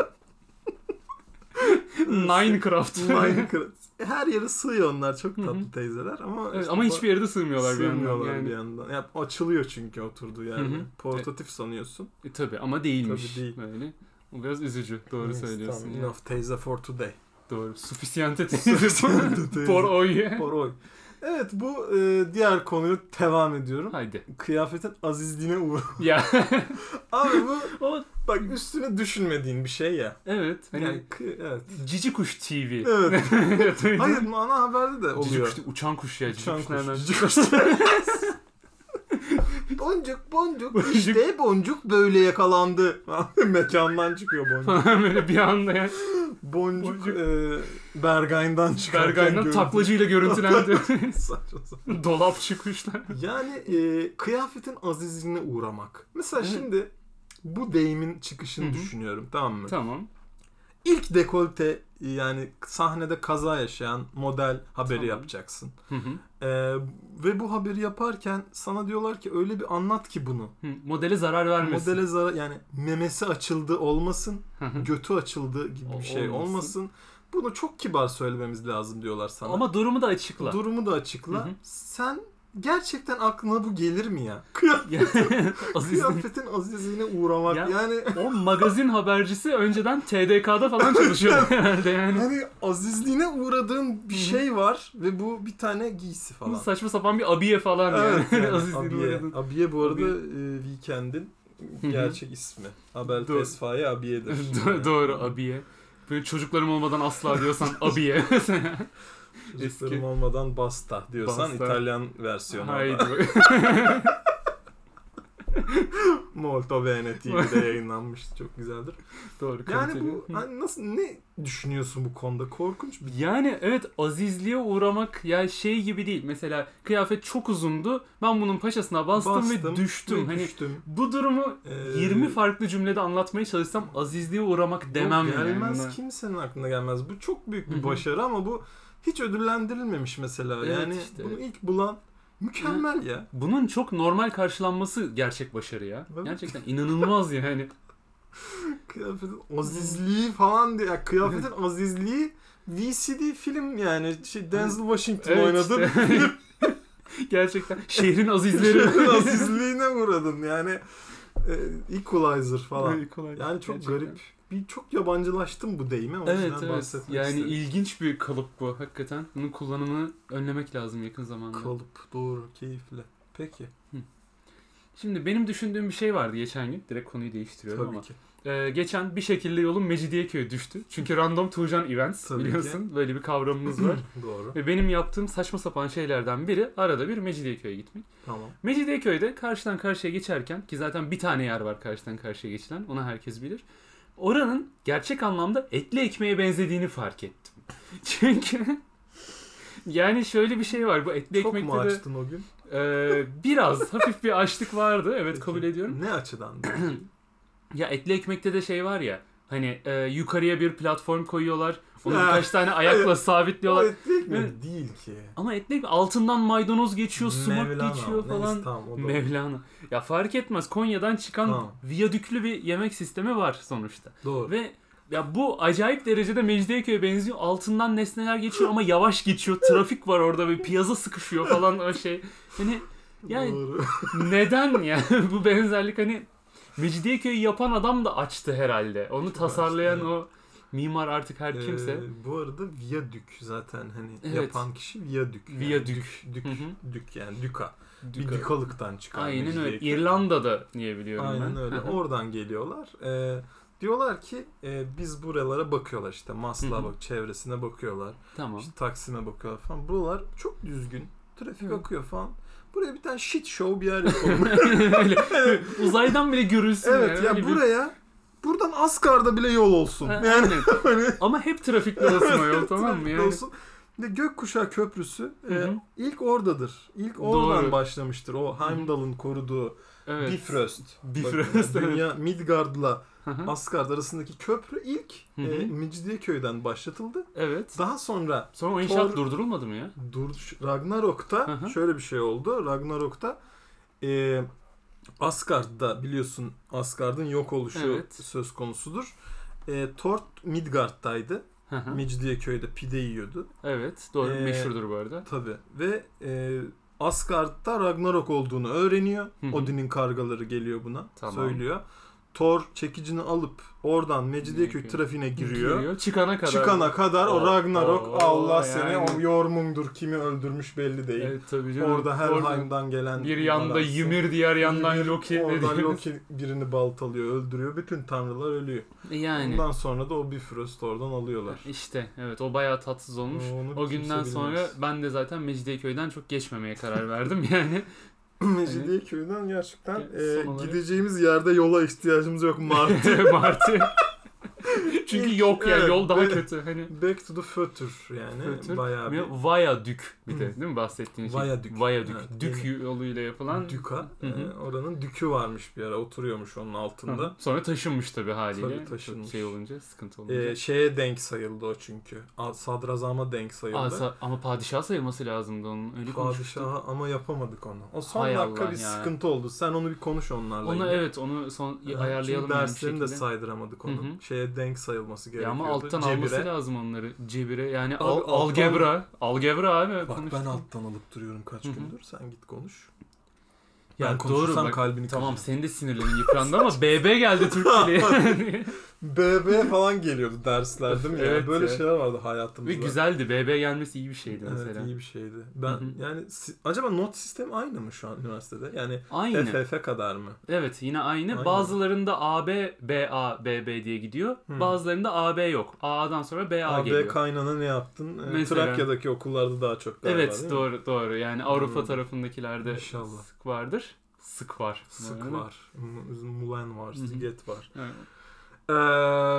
[SPEAKER 2] Minecraft.
[SPEAKER 1] Minecraft. Her yere sığıyor onlar. Çok
[SPEAKER 2] Hı hı.
[SPEAKER 1] tatlı teyzeler ama
[SPEAKER 2] Evet,
[SPEAKER 1] işte
[SPEAKER 2] ama
[SPEAKER 1] ba-
[SPEAKER 2] hiçbir yere de sığmıyorlar, bir
[SPEAKER 1] sığmıyorlar
[SPEAKER 2] yandan. Yani.
[SPEAKER 1] bir yandan. Ya, açılıyor çünkü oturduğu
[SPEAKER 2] Hı
[SPEAKER 1] yerde.
[SPEAKER 2] hı.
[SPEAKER 1] Portatif sanıyorsun.
[SPEAKER 2] E, tabii ama değilmiş.
[SPEAKER 1] Tabii değil.
[SPEAKER 2] Böyle. O biraz üzücü. Doğru
[SPEAKER 1] Neyse,
[SPEAKER 2] söylüyorsun.
[SPEAKER 1] tamam.
[SPEAKER 2] ya.
[SPEAKER 1] Enough teyze for today.
[SPEAKER 2] Doğru. Suficiente
[SPEAKER 1] Suficiente
[SPEAKER 2] teyze.
[SPEAKER 1] teyze.
[SPEAKER 2] Por oye.
[SPEAKER 1] For oy. Evet bu e, diğer konuya devam ediyorum.
[SPEAKER 2] Haydi.
[SPEAKER 1] Kıyafetin azizliğine uğra.
[SPEAKER 2] Ya
[SPEAKER 1] Abi bu
[SPEAKER 2] o
[SPEAKER 1] bak üstüne düşünmediğin bir şey ya.
[SPEAKER 2] evet. Hani
[SPEAKER 1] Yani kı- evet.
[SPEAKER 2] Cici Kuş TV.
[SPEAKER 1] Evet.
[SPEAKER 2] Duydun mu?
[SPEAKER 1] Hayır ana haberde de
[SPEAKER 2] Cici
[SPEAKER 1] oluyor.
[SPEAKER 2] kuş değil, uçan kuş ya. Cici
[SPEAKER 1] Uçan
[SPEAKER 2] kuş
[SPEAKER 1] kuş,
[SPEAKER 2] nereden?
[SPEAKER 1] cici kuş. boncuk boncuk
[SPEAKER 2] Boncuk.
[SPEAKER 1] işte boncuk böyle yakalandı. Mekandan çıkıyor boncuk.
[SPEAKER 2] Falan böyle bir anda ya.
[SPEAKER 1] Boncuk,
[SPEAKER 2] Boncuk.
[SPEAKER 1] e, Bergay'dan çıkarken
[SPEAKER 2] Bergay'dan
[SPEAKER 1] görüntü-
[SPEAKER 2] taklacıyla görüntülendi.
[SPEAKER 1] Saçma sapan.
[SPEAKER 2] Dolapçı kuşlar.
[SPEAKER 1] Yani e, kıyafetin azizliğine uğramak. Mesela
[SPEAKER 2] Evet.
[SPEAKER 1] şimdi bu deyimin çıkışını
[SPEAKER 2] Hı hı.
[SPEAKER 1] düşünüyorum tamam mı?
[SPEAKER 2] Tamam.
[SPEAKER 1] İlk dekolte yani sahnede kaza yaşayan model haberi
[SPEAKER 2] Tamam.
[SPEAKER 1] yapacaksın.
[SPEAKER 2] Hı hı.
[SPEAKER 1] E, ve bu haberi yaparken sana diyorlar ki öyle bir anlat ki bunu.
[SPEAKER 2] Hı, Modele zarar vermesin.
[SPEAKER 1] Modele zarar yani memesi açıldı olmasın,
[SPEAKER 2] Hı hı.
[SPEAKER 1] götü açıldı gibi bir şey
[SPEAKER 2] Olmasın.
[SPEAKER 1] olmasın. Bunu çok kibar söylememiz lazım diyorlar sana.
[SPEAKER 2] Ama durumu da açıkla.
[SPEAKER 1] durumu da açıkla.
[SPEAKER 2] Hı hı.
[SPEAKER 1] Sen gerçekten aklına bu gelir mi ya? Kıyafet-
[SPEAKER 2] Ya, Aziz'in
[SPEAKER 1] Kıyafetin azizliğine uğramak
[SPEAKER 2] Ya.
[SPEAKER 1] yani
[SPEAKER 2] o magazin habercisi önceden TDK'da falan çalışıyordu herhalde yani.
[SPEAKER 1] hani azizliğine uğradığın bir
[SPEAKER 2] Hı hı.
[SPEAKER 1] şey var ve bu bir tane giysi falan.
[SPEAKER 2] Saçma sapan bir abiye falan
[SPEAKER 1] Evet
[SPEAKER 2] yani.
[SPEAKER 1] yani
[SPEAKER 2] Aziz'in
[SPEAKER 1] Abiye.
[SPEAKER 2] uğradığın.
[SPEAKER 1] Abiye bu arada
[SPEAKER 2] Abiye.
[SPEAKER 1] e, Weekend'in
[SPEAKER 2] Hı hı.
[SPEAKER 1] gerçek ismi. Abel
[SPEAKER 2] Doğru.
[SPEAKER 1] Tesfaye Abiye'dir.
[SPEAKER 2] Do- Doğru abiye. Böyle çocuklarım olmadan asla diyorsan abiye.
[SPEAKER 1] Çocuklarım
[SPEAKER 2] Eski.
[SPEAKER 1] olmadan Basta diyorsan
[SPEAKER 2] Basta.
[SPEAKER 1] İtalyan versiyonu.
[SPEAKER 2] Haydi.
[SPEAKER 1] Molto Bene TV'de yayınlanmış. Çok güzeldir.
[SPEAKER 2] Doğru.
[SPEAKER 1] Yani
[SPEAKER 2] kaliteli.
[SPEAKER 1] bu
[SPEAKER 2] Hı.
[SPEAKER 1] hani nasıl ne düşünüyorsun bu konuda? Korkunç bir
[SPEAKER 2] Yani evet azizliğe uğramak ya şey gibi değil. Mesela kıyafet çok uzundu. Ben bunun paşasına bastım, ve düştüm. hani
[SPEAKER 1] düştüm.
[SPEAKER 2] bu durumu
[SPEAKER 1] Ee,
[SPEAKER 2] 20 farklı cümlede anlatmaya çalışsam azizliğe uğramak demem
[SPEAKER 1] Yok, gelmez
[SPEAKER 2] yani.
[SPEAKER 1] kimsenin aklına gelmez. Bu çok büyük bir
[SPEAKER 2] Hı hı.
[SPEAKER 1] başarı ama bu hiç ödüllendirilmemiş mesela.
[SPEAKER 2] Evet,
[SPEAKER 1] yani
[SPEAKER 2] işte.
[SPEAKER 1] bunu ilk bulan mükemmel ya.
[SPEAKER 2] Bunun çok normal karşılanması gerçek başarı ya.
[SPEAKER 1] Evet.
[SPEAKER 2] Gerçekten inanılmaz yani.
[SPEAKER 1] Kıyafetin azizliği falan diye. ya kıyafetin azizliği VCD film yani şey Denzel Washington
[SPEAKER 2] Evet
[SPEAKER 1] oynadı.
[SPEAKER 2] işte. Gerçekten şehrin azizleri.
[SPEAKER 1] Filmin azizliğine uğradın yani. E, equalizer falan.
[SPEAKER 2] Ay, kolay.
[SPEAKER 1] Yani çok
[SPEAKER 2] Gerçekten.
[SPEAKER 1] garip. Bir çok yabancılaştım bu deyime. O
[SPEAKER 2] Evet
[SPEAKER 1] yüzden
[SPEAKER 2] evet.
[SPEAKER 1] bahsetmek
[SPEAKER 2] Yani
[SPEAKER 1] istedim.
[SPEAKER 2] ilginç bir kalıp bu hakikaten. Bunun kullanımını önlemek lazım yakın zamanda.
[SPEAKER 1] Kalıp doğru keyifli. Peki.
[SPEAKER 2] Şimdi benim düşündüğüm bir şey vardı geçen gün. Direkt konuyu değiştiriyorum
[SPEAKER 1] Tabii
[SPEAKER 2] ama.
[SPEAKER 1] ki.
[SPEAKER 2] Ee, geçen bir şekilde yolum Mecidiyeköy'e düştü. Çünkü random Tuğcan Events
[SPEAKER 1] Tabii
[SPEAKER 2] biliyorsun. Böyle bir kavramımız var.
[SPEAKER 1] doğru.
[SPEAKER 2] Ve benim yaptığım saçma sapan şeylerden biri arada bir Mecidiyeköy'e gitmek.
[SPEAKER 1] Tamam.
[SPEAKER 2] Mecidiyeköy'de karşıdan karşıya geçerken ki zaten bir tane yer var karşıdan karşıya geçilen. Onu herkes bilir. Oranın gerçek anlamda etli ekmeğe benzediğini fark ettim. Çünkü yani şöyle bir şey var bu etli
[SPEAKER 1] Çok mu
[SPEAKER 2] ekmekte de
[SPEAKER 1] açtın o gün?
[SPEAKER 2] e, biraz hafif bir açlık vardı. Evet kabul
[SPEAKER 1] Peki.
[SPEAKER 2] ediyorum.
[SPEAKER 1] Ne açıdan?
[SPEAKER 2] Ya etli ekmekte de şey var ya. Hani e, yukarıya bir platform koyuyorlar. Onu
[SPEAKER 1] Ha.
[SPEAKER 2] birkaç tane ayakla
[SPEAKER 1] o
[SPEAKER 2] sabitliyorlar.
[SPEAKER 1] etli ekmek
[SPEAKER 2] Evet.
[SPEAKER 1] değil ki.
[SPEAKER 2] Ama etli ekmek altından maydanoz geçiyor, sumak
[SPEAKER 1] Mevlana,
[SPEAKER 2] geçiyor
[SPEAKER 1] neyse,
[SPEAKER 2] falan.
[SPEAKER 1] tamam, o da-
[SPEAKER 2] Mevlana. Ya fark etmez. Konya'dan çıkan
[SPEAKER 1] Tamam.
[SPEAKER 2] viyadüklü bir yemek sistemi var sonuçta.
[SPEAKER 1] doğru.
[SPEAKER 2] Ve ya bu acayip derecede Mecidiyeköy'e benziyor. Altından nesneler geçiyor ama yavaş geçiyor. Trafik var orada ve piyaza sıkışıyor falan o şey. Hani yani
[SPEAKER 1] doğru.
[SPEAKER 2] neden ya bu benzerlik hani Mecidiyeköy'ü yapan adam da açtı herhalde. Onu tasarlayan
[SPEAKER 1] açtı,
[SPEAKER 2] o mimar artık her kimse.
[SPEAKER 1] Ee, bu arada viyadük zaten hani
[SPEAKER 2] Evet.
[SPEAKER 1] yapan kişi viyadük. Yani
[SPEAKER 2] Viyadük.
[SPEAKER 1] Dük,
[SPEAKER 2] Hı
[SPEAKER 1] dük,
[SPEAKER 2] hı.
[SPEAKER 1] dük yani düka.
[SPEAKER 2] Düka.
[SPEAKER 1] Bir dükalıktan çıkan.
[SPEAKER 2] Aynen
[SPEAKER 1] Mecidiyeköy.
[SPEAKER 2] öyle. İrlanda'da diye biliyorum ben.
[SPEAKER 1] Aynen öyle. Oradan geliyorlar. Ee, diyorlar ki e, biz buralara bakıyorlar işte Maslak'a
[SPEAKER 2] Hı hı.
[SPEAKER 1] bak çevresine bakıyorlar.
[SPEAKER 2] tamam.
[SPEAKER 1] İşte Taksim'e bakıyorlar falan. Buralar çok düzgün. Trafik
[SPEAKER 2] Evet.
[SPEAKER 1] akıyor falan. Buraya bir tane shit show bir yer yapalım.
[SPEAKER 2] Öyle. Uzaydan bile görülsün.
[SPEAKER 1] evet ya
[SPEAKER 2] Öyle bir-
[SPEAKER 1] buraya buradan Asgar'da bile yol olsun.
[SPEAKER 2] Ha,
[SPEAKER 1] Yani
[SPEAKER 2] aynen.
[SPEAKER 1] hani
[SPEAKER 2] Ama hep trafikli olsun o yol tamam mı?
[SPEAKER 1] trafik
[SPEAKER 2] Yani.
[SPEAKER 1] olsun. Bir de Gökkuşağı Köprüsü
[SPEAKER 2] Hı
[SPEAKER 1] e,
[SPEAKER 2] hı.
[SPEAKER 1] ilk oradadır. İlk
[SPEAKER 2] Doğru.
[SPEAKER 1] oradan başlamıştır. O Heimdall'ın koruduğu
[SPEAKER 2] Evet.
[SPEAKER 1] Bifrost.
[SPEAKER 2] Bifrost,
[SPEAKER 1] Bak,
[SPEAKER 2] evet.
[SPEAKER 1] Dünya Midgard'la
[SPEAKER 2] Hı hı.
[SPEAKER 1] Asgard arasındaki köprü ilk
[SPEAKER 2] Hı hı.
[SPEAKER 1] e, Mecidiyeköy'den başlatıldı.
[SPEAKER 2] evet.
[SPEAKER 1] Daha sonra
[SPEAKER 2] Sonra o inşaat
[SPEAKER 1] Thor-
[SPEAKER 2] durdurulmadı mı ya?
[SPEAKER 1] Dur Ragnarok'ta
[SPEAKER 2] Hı hı.
[SPEAKER 1] şöyle bir şey oldu. Ragnarok'ta e, Asgard'da biliyorsun Asgard'ın yok oluşu
[SPEAKER 2] Evet.
[SPEAKER 1] söz konusudur. E, Thor Midgard'daydı.
[SPEAKER 2] Hı hı.
[SPEAKER 1] Mecidiyeköy'de pide yiyordu.
[SPEAKER 2] evet. Doğru.
[SPEAKER 1] Ee,
[SPEAKER 2] meşhurdur bu arada.
[SPEAKER 1] Tabi ve e, Asgard'da Ragnarok olduğunu öğreniyor.
[SPEAKER 2] Hı hı.
[SPEAKER 1] Odin'in kargaları geliyor buna.
[SPEAKER 2] Tamam.
[SPEAKER 1] Söylüyor. Thor çekicini alıp oradan Mecidiyeköy
[SPEAKER 2] Mecidiyeköy.
[SPEAKER 1] trafiğine giriyor.
[SPEAKER 2] Çıkana kadar.
[SPEAKER 1] Çıkana kadar o
[SPEAKER 2] Oo,
[SPEAKER 1] Ragnarok
[SPEAKER 2] oo, yani.
[SPEAKER 1] Allah seni o yormundur kimi öldürmüş belli değil.
[SPEAKER 2] Evet tabii canım.
[SPEAKER 1] Orada
[SPEAKER 2] Orada
[SPEAKER 1] Helheim'dan gelen
[SPEAKER 2] bir yanda
[SPEAKER 1] adamsın.
[SPEAKER 2] Ymir diğer yandan
[SPEAKER 1] Ymir,
[SPEAKER 2] Loki
[SPEAKER 1] Oradan
[SPEAKER 2] dediğimiz.
[SPEAKER 1] Loki birini baltalıyor, öldürüyor. Bütün tanrılar ölüyor.
[SPEAKER 2] Yani.
[SPEAKER 1] Ondan sonra da o Bifrost oradan alıyorlar.
[SPEAKER 2] İşte evet o bayağı tatsız E, olmuş.
[SPEAKER 1] Onu
[SPEAKER 2] O
[SPEAKER 1] kimse
[SPEAKER 2] günden
[SPEAKER 1] bilmez.
[SPEAKER 2] sonra ben de zaten Mecidiyeköy'den çok geçmemeye karar verdim yani.
[SPEAKER 1] Mecidiyeköy'den gerçekten
[SPEAKER 2] Son
[SPEAKER 1] e,
[SPEAKER 2] olarak-
[SPEAKER 1] gideceğimiz yerde yola ihtiyacımız yok Mart.
[SPEAKER 2] Martı. Çünkü yok ya
[SPEAKER 1] Evet,
[SPEAKER 2] yol daha
[SPEAKER 1] ve-
[SPEAKER 2] kötü hani.
[SPEAKER 1] Back to the future yani
[SPEAKER 2] Fötür.
[SPEAKER 1] bayağı bir
[SPEAKER 2] Ve Vayadük bir de değil mi bahsettiğin şey?
[SPEAKER 1] Vayadük.
[SPEAKER 2] Vayadük.
[SPEAKER 1] Evet,
[SPEAKER 2] Dük yoluyla yapılan.
[SPEAKER 1] düka.
[SPEAKER 2] Hı hı.
[SPEAKER 1] E, oranın dükü varmış bir ara oturuyormuş onun
[SPEAKER 2] Hı hı.
[SPEAKER 1] altında.
[SPEAKER 2] Sonra taşınmış tabii haliyle.
[SPEAKER 1] Tabii taşınmış.
[SPEAKER 2] Şey olunca sıkıntı olunca.
[SPEAKER 1] E, şeye denk sayıldı o çünkü. A- Sadrazama denk sayıldı.
[SPEAKER 2] Aa, sa- ama padişah sayılması lazımdı onun. Öyle konuşmuştuk.
[SPEAKER 1] Padişaha ama yapamadık onu. O son
[SPEAKER 2] Hay
[SPEAKER 1] dakika
[SPEAKER 2] Allah
[SPEAKER 1] bir
[SPEAKER 2] ya.
[SPEAKER 1] sıkıntı oldu. Sen onu bir konuş onlarla.
[SPEAKER 2] Onu
[SPEAKER 1] yine.
[SPEAKER 2] evet onu son
[SPEAKER 1] Ee,
[SPEAKER 2] ayarlayalım
[SPEAKER 1] Çünkü
[SPEAKER 2] yani bir
[SPEAKER 1] derslerini
[SPEAKER 2] şekilde.
[SPEAKER 1] de saydıramadık onu.
[SPEAKER 2] Hı hı.
[SPEAKER 1] Şeye denk sayılması
[SPEAKER 2] ya
[SPEAKER 1] gerekiyordu.
[SPEAKER 2] ama alttan
[SPEAKER 1] Cebire.
[SPEAKER 2] alması lazım onları. Cebire yani
[SPEAKER 1] Abi
[SPEAKER 2] al-
[SPEAKER 1] alttan-
[SPEAKER 2] algebra. Algebra abi.
[SPEAKER 1] Bak
[SPEAKER 2] konuştuk.
[SPEAKER 1] ben alttan alıp duruyorum kaç
[SPEAKER 2] Hı hı.
[SPEAKER 1] gündür. Sen git konuş.
[SPEAKER 2] Ya
[SPEAKER 1] ben
[SPEAKER 2] doğru
[SPEAKER 1] konuşursam
[SPEAKER 2] bak.
[SPEAKER 1] kalbini
[SPEAKER 2] Tamam
[SPEAKER 1] kıracağım.
[SPEAKER 2] senin de sinirlerin yıprandı ama BB geldi Türk dili.
[SPEAKER 1] BB falan geliyordu dersler değil mi? ya?
[SPEAKER 2] Evet
[SPEAKER 1] Böyle
[SPEAKER 2] ya.
[SPEAKER 1] şeyler vardı
[SPEAKER 2] Ve
[SPEAKER 1] hayatımızda.
[SPEAKER 2] güzeldi. BB gelmesi iyi bir şeydi
[SPEAKER 1] Evet
[SPEAKER 2] mesela.
[SPEAKER 1] iyi bir şeydi. Ben
[SPEAKER 2] Hı hı.
[SPEAKER 1] yani si- acaba not sistemi aynı mı şu an üniversitede? Yani
[SPEAKER 2] Aynı.
[SPEAKER 1] FF kadar mı?
[SPEAKER 2] Evet yine aynı.
[SPEAKER 1] Aynı.
[SPEAKER 2] Bazılarında AB, BA, BB diye gidiyor.
[SPEAKER 1] Hı.
[SPEAKER 2] Bazılarında AB yok. A'dan sonra BA
[SPEAKER 1] AB
[SPEAKER 2] geliyor.
[SPEAKER 1] kaynana ne yaptın? Ee,
[SPEAKER 2] Mesela.
[SPEAKER 1] Trakya'daki okullarda daha çok galiba
[SPEAKER 2] Evet
[SPEAKER 1] değil mi?
[SPEAKER 2] doğru doğru. Yani Avrupa
[SPEAKER 1] Anladım.
[SPEAKER 2] tarafındakilerde
[SPEAKER 1] İnşallah.
[SPEAKER 2] sık vardır. Sık var.
[SPEAKER 1] Sık
[SPEAKER 2] Yani.
[SPEAKER 1] var. M- Mulan var.
[SPEAKER 2] Hı hı.
[SPEAKER 1] Siget var.
[SPEAKER 2] Evet.
[SPEAKER 1] Ee,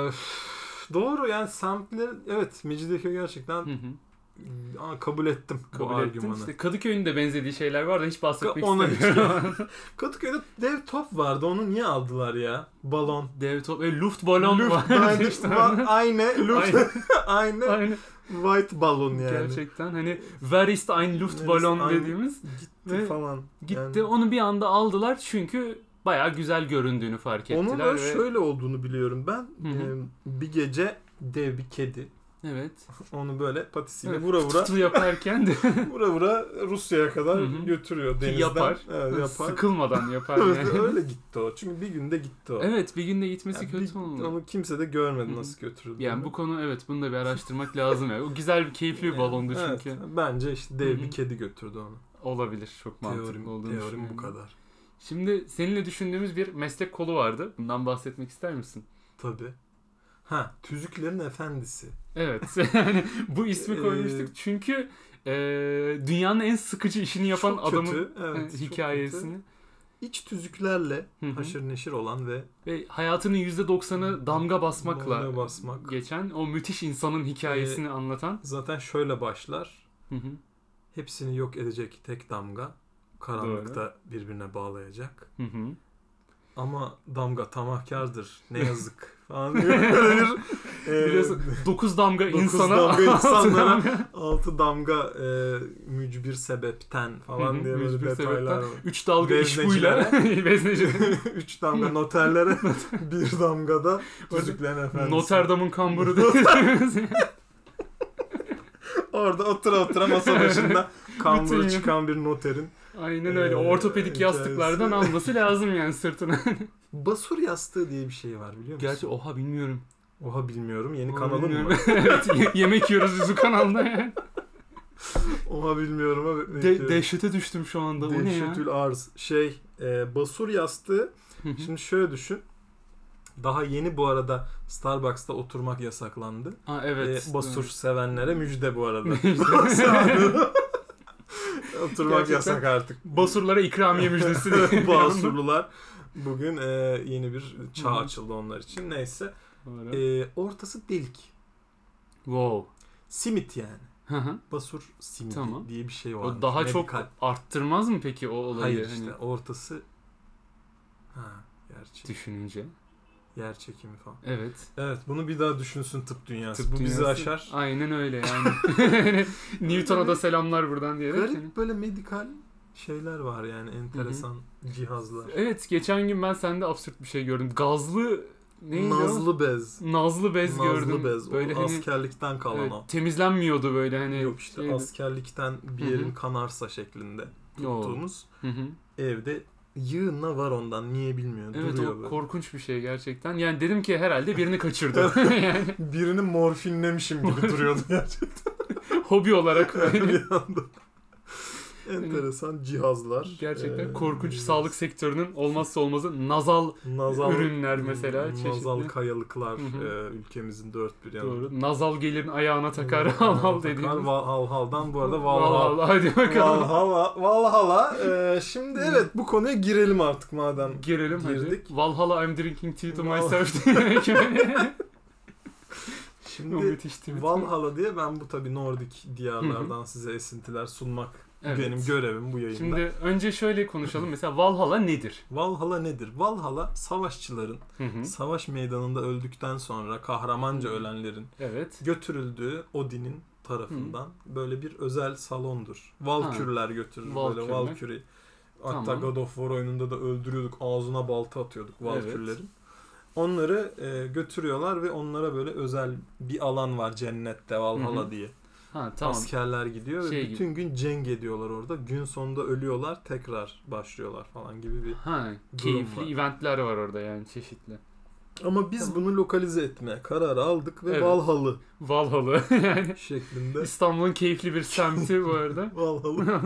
[SPEAKER 1] üf, doğru yani semtler evet Mecidiyeköy gerçekten
[SPEAKER 2] Hı hı.
[SPEAKER 1] Aa, kabul ettim bu
[SPEAKER 2] Kabul ettim.
[SPEAKER 1] argümanı.
[SPEAKER 2] İşte Kadıköy'ün de benzediği şeyler var da hiç bahsetmek
[SPEAKER 1] Ona hiç
[SPEAKER 2] istemiyorum.
[SPEAKER 1] Kadıköy'de dev top vardı. Onu niye aldılar ya? Balon.
[SPEAKER 2] Dev top, e, Luftballon var.
[SPEAKER 1] aynı,
[SPEAKER 2] İşte
[SPEAKER 1] ba- aynı,
[SPEAKER 2] Aynı.
[SPEAKER 1] Luft, aynı,
[SPEAKER 2] Aynı.
[SPEAKER 1] white balon yani.
[SPEAKER 2] Gerçekten hani where is the ein
[SPEAKER 1] Where is
[SPEAKER 2] Luftballon
[SPEAKER 1] ein-
[SPEAKER 2] dediğimiz
[SPEAKER 1] Gitti
[SPEAKER 2] Ve
[SPEAKER 1] falan.
[SPEAKER 2] gitti.
[SPEAKER 1] Yani
[SPEAKER 2] Onu bir anda aldılar çünkü bayağı güzel göründüğünü fark ettiler.
[SPEAKER 1] onun da
[SPEAKER 2] ve...
[SPEAKER 1] şöyle olduğunu biliyorum ben.
[SPEAKER 2] Hı hı.
[SPEAKER 1] Ee, bir gece dev bir kedi
[SPEAKER 2] Evet.
[SPEAKER 1] onu böyle patisiyle
[SPEAKER 2] Evet.
[SPEAKER 1] vura vura
[SPEAKER 2] Tı yaparken de
[SPEAKER 1] vura vura Rusya'ya kadar
[SPEAKER 2] Hı hı.
[SPEAKER 1] götürüyor denizden.
[SPEAKER 2] yapar.
[SPEAKER 1] Evet, yapar.
[SPEAKER 2] sıkılmadan yapar
[SPEAKER 1] Öyle-
[SPEAKER 2] yani.
[SPEAKER 1] Öyle gitti o. Çünkü bir günde gitti o.
[SPEAKER 2] evet bir günde gitmesi
[SPEAKER 1] Yani
[SPEAKER 2] kötü
[SPEAKER 1] bir-
[SPEAKER 2] oldu.
[SPEAKER 1] Onu kimse de görmedi
[SPEAKER 2] Hı hı.
[SPEAKER 1] nasıl götürüldüğünü.
[SPEAKER 2] Yani bu konu evet bunu da bir araştırmak lazım. ya. O güzel bir keyifli bir balondu
[SPEAKER 1] Evet,
[SPEAKER 2] çünkü.
[SPEAKER 1] bence işte dev
[SPEAKER 2] Hı hı.
[SPEAKER 1] bir kedi götürdü onu.
[SPEAKER 2] Olabilir. Çok mantıklı
[SPEAKER 1] Teorim,
[SPEAKER 2] olduğunu
[SPEAKER 1] teorim
[SPEAKER 2] düşünüyorum.
[SPEAKER 1] bu kadar.
[SPEAKER 2] Şimdi seninle düşündüğümüz bir meslek kolu vardı. Bundan bahsetmek ister misin?
[SPEAKER 1] Tabi. Ha, tüzüklerin efendisi.
[SPEAKER 2] Evet. yani bu ismi
[SPEAKER 1] Ee,
[SPEAKER 2] koymuştuk. Çünkü e, dünyanın en sıkıcı işini yapan
[SPEAKER 1] Çok
[SPEAKER 2] adamın
[SPEAKER 1] kötü, evet,
[SPEAKER 2] e,
[SPEAKER 1] çok
[SPEAKER 2] hikayesini.
[SPEAKER 1] kötü. İç tüzüklerle
[SPEAKER 2] Hı hı.
[SPEAKER 1] haşır neşir olan ve
[SPEAKER 2] Ve hayatının %90'ı damga basmakla
[SPEAKER 1] Hmm. damga Ee, basmak.
[SPEAKER 2] geçen o müthiş insanın hikayesini anlatan.
[SPEAKER 1] zaten şöyle başlar.
[SPEAKER 2] Hı hı.
[SPEAKER 1] Hepsini yok edecek tek damga karanlıkta birbirine bağlayacak.
[SPEAKER 2] Hı hı.
[SPEAKER 1] Ama damga tamahkardır. Ne yazık falan diye böyle bir e,
[SPEAKER 2] Biliyorsun 9 damga
[SPEAKER 1] dokuz
[SPEAKER 2] insana
[SPEAKER 1] damga insanlara
[SPEAKER 2] insanlara
[SPEAKER 1] altı damga e, mücbir sebepten
[SPEAKER 2] Hı hı,
[SPEAKER 1] falan diye böyle
[SPEAKER 2] mücbir
[SPEAKER 1] detaylar var.
[SPEAKER 2] 3 dalga iş buyla vezneci.
[SPEAKER 1] Üç damga noterlere, bir damga da tüzüklerin efendisi.
[SPEAKER 2] Notre Dame'ın kamburu dediğimiz.
[SPEAKER 1] Orada otura otura masa başında kamburu
[SPEAKER 2] Bütün-
[SPEAKER 1] çıkan bir noterin.
[SPEAKER 2] Aynen öyle.
[SPEAKER 1] Ee,
[SPEAKER 2] Ortopedik yastıklardan
[SPEAKER 1] hikayesi.
[SPEAKER 2] alması lazım yani sırtına.
[SPEAKER 1] Basur yastığı diye bir şey var biliyor musun?
[SPEAKER 2] Gerçi oha bilmiyorum.
[SPEAKER 1] Oha bilmiyorum yeni
[SPEAKER 2] Oha,
[SPEAKER 1] kanalım mı?
[SPEAKER 2] bilmiyorum. evet, ye- yemek yiyoruz yüzü kanalda yani.
[SPEAKER 1] Oha bilmiyorum abi.
[SPEAKER 2] De- dehşete düştüm şu anda. O ne ya?
[SPEAKER 1] Dehşetül arz. Şey e, basur yastığı
[SPEAKER 2] Hı hı.
[SPEAKER 1] Şimdi şöyle düşün. Daha yeni bu arada Starbucks'ta oturmak yasaklandı.
[SPEAKER 2] Ha, evet.
[SPEAKER 1] Ee, basur
[SPEAKER 2] doğru.
[SPEAKER 1] sevenlere müjde bu arada. oturmak
[SPEAKER 2] Gerçekten
[SPEAKER 1] yasak artık.
[SPEAKER 2] Basurlara ikramiye müjdesi.
[SPEAKER 1] Basurlular bugün e, yeni bir çağ
[SPEAKER 2] Hı hı.
[SPEAKER 1] açıldı onlar için. Neyse.
[SPEAKER 2] Doğru.
[SPEAKER 1] E, ortası delik.
[SPEAKER 2] wow.
[SPEAKER 1] Simit yani.
[SPEAKER 2] Hı hı.
[SPEAKER 1] Basur simidi
[SPEAKER 2] Tamam.
[SPEAKER 1] diye bir şey var.
[SPEAKER 2] O daha çok arttırmaz mı peki o olayı?
[SPEAKER 1] Hayır
[SPEAKER 2] Hani-
[SPEAKER 1] işte ortası Ha, yer, çek-
[SPEAKER 2] düşününce.
[SPEAKER 1] yer çekimi falan.
[SPEAKER 2] Evet.
[SPEAKER 1] Evet bunu bir daha düşünsün tıp dünyası.
[SPEAKER 2] Tıp
[SPEAKER 1] Bu bizi
[SPEAKER 2] dünyası-
[SPEAKER 1] aşar.
[SPEAKER 2] Aynen öyle yani. Newton'a da selamlar buradan diyerek. hani. yani.
[SPEAKER 1] Garip böyle medikal şeyler var yani enteresan cihazlar.
[SPEAKER 2] Evet geçen gün ben sende absürt bir şey gördüm. Gazlı neydi o?
[SPEAKER 1] Nazlı bez.
[SPEAKER 2] Nazlı bez
[SPEAKER 1] Nazlı
[SPEAKER 2] gördüm.
[SPEAKER 1] bez. O
[SPEAKER 2] Böyle hani
[SPEAKER 1] askerlikten kalan
[SPEAKER 2] evet,
[SPEAKER 1] o.
[SPEAKER 2] temizlenmiyordu böyle hani.
[SPEAKER 1] Yok işte
[SPEAKER 2] şeydi.
[SPEAKER 1] askerlikten bir
[SPEAKER 2] Hı hı.
[SPEAKER 1] yerin kanarsa şeklinde
[SPEAKER 2] Oo.
[SPEAKER 1] tuttuğumuz
[SPEAKER 2] Hı hı.
[SPEAKER 1] evde yığınla var ondan niye bilmiyorum
[SPEAKER 2] Evet
[SPEAKER 1] duruyor
[SPEAKER 2] o
[SPEAKER 1] böyle.
[SPEAKER 2] korkunç bir şey gerçekten. Yani dedim ki herhalde birini kaçırdı. yani
[SPEAKER 1] Birini morfinlemişim gibi duruyordu gerçekten
[SPEAKER 2] hobi olarak böyle.
[SPEAKER 1] bir anda. Enteresan cihazlar.
[SPEAKER 2] Hani Gerçekten
[SPEAKER 1] Ee,
[SPEAKER 2] korkunç sağlık sektörünün olmazsa olmazı nazal
[SPEAKER 1] nazal,
[SPEAKER 2] ürünler mesela,
[SPEAKER 1] Nazal
[SPEAKER 2] çeşitli.
[SPEAKER 1] kayalıklar
[SPEAKER 2] Hı hı.
[SPEAKER 1] e, ülkemizin dört bir yanı.
[SPEAKER 2] doğru. Nazal gelirin ayağına takar
[SPEAKER 1] Ayağına
[SPEAKER 2] hal hal
[SPEAKER 1] takar.
[SPEAKER 2] dediğimiz.
[SPEAKER 1] Valhal'dan bu arada Valhal.
[SPEAKER 2] Valhalla. Hadi bakalım.
[SPEAKER 1] Valhalla. Valhalla. Ee, şimdi
[SPEAKER 2] Hı.
[SPEAKER 1] evet bu konuya girelim artık madem.
[SPEAKER 2] Girelim
[SPEAKER 1] Girdik.
[SPEAKER 2] hadi. Valhalla I'm drinking tea to
[SPEAKER 1] Val-
[SPEAKER 2] myself diyerek yani. O
[SPEAKER 1] Şimdi
[SPEAKER 2] müthiş tweet.
[SPEAKER 1] Valhalla diye ben bu tabi Nordik diyarlardan size esintiler sunmak
[SPEAKER 2] Evet.
[SPEAKER 1] benim görevim bu yayında.
[SPEAKER 2] Şimdi önce şöyle konuşalım. Mesela Valhalla nedir?
[SPEAKER 1] Valhalla nedir? Valhalla savaşçıların
[SPEAKER 2] Hı hı.
[SPEAKER 1] savaş meydanında öldükten sonra kahramanca
[SPEAKER 2] Hı.
[SPEAKER 1] ölenlerin
[SPEAKER 2] Evet.
[SPEAKER 1] götürüldüğü Odin'in tarafından böyle bir özel salondur. Valkürler götürür
[SPEAKER 2] Valkürler.
[SPEAKER 1] böyle Valküri. Hatta
[SPEAKER 2] Tamam.
[SPEAKER 1] God of War oyununda da öldürüyorduk. Ağzına balta atıyorduk
[SPEAKER 2] Evet.
[SPEAKER 1] Valkürlerin. Onları e, götürüyorlar ve onlara böyle özel bir alan var cennette Valhalla
[SPEAKER 2] Hı hı.
[SPEAKER 1] diye.
[SPEAKER 2] Ha tamam.
[SPEAKER 1] Askerler gidiyor
[SPEAKER 2] Şey
[SPEAKER 1] ve
[SPEAKER 2] gibi.
[SPEAKER 1] bütün gün cenk ediyorlar orada. Gün sonunda ölüyorlar, tekrar başlıyorlar falan gibi bir.
[SPEAKER 2] Ha, keyifli
[SPEAKER 1] var.
[SPEAKER 2] eventler var orada yani çeşitli.
[SPEAKER 1] Ama biz
[SPEAKER 2] Tamam.
[SPEAKER 1] bunu lokalize etmeye karar aldık ve
[SPEAKER 2] Evet.
[SPEAKER 1] Valhalla
[SPEAKER 2] Valhalla. yani
[SPEAKER 1] şeklinde.
[SPEAKER 2] İstanbul'un keyifli bir semti bu arada.
[SPEAKER 1] Valhalla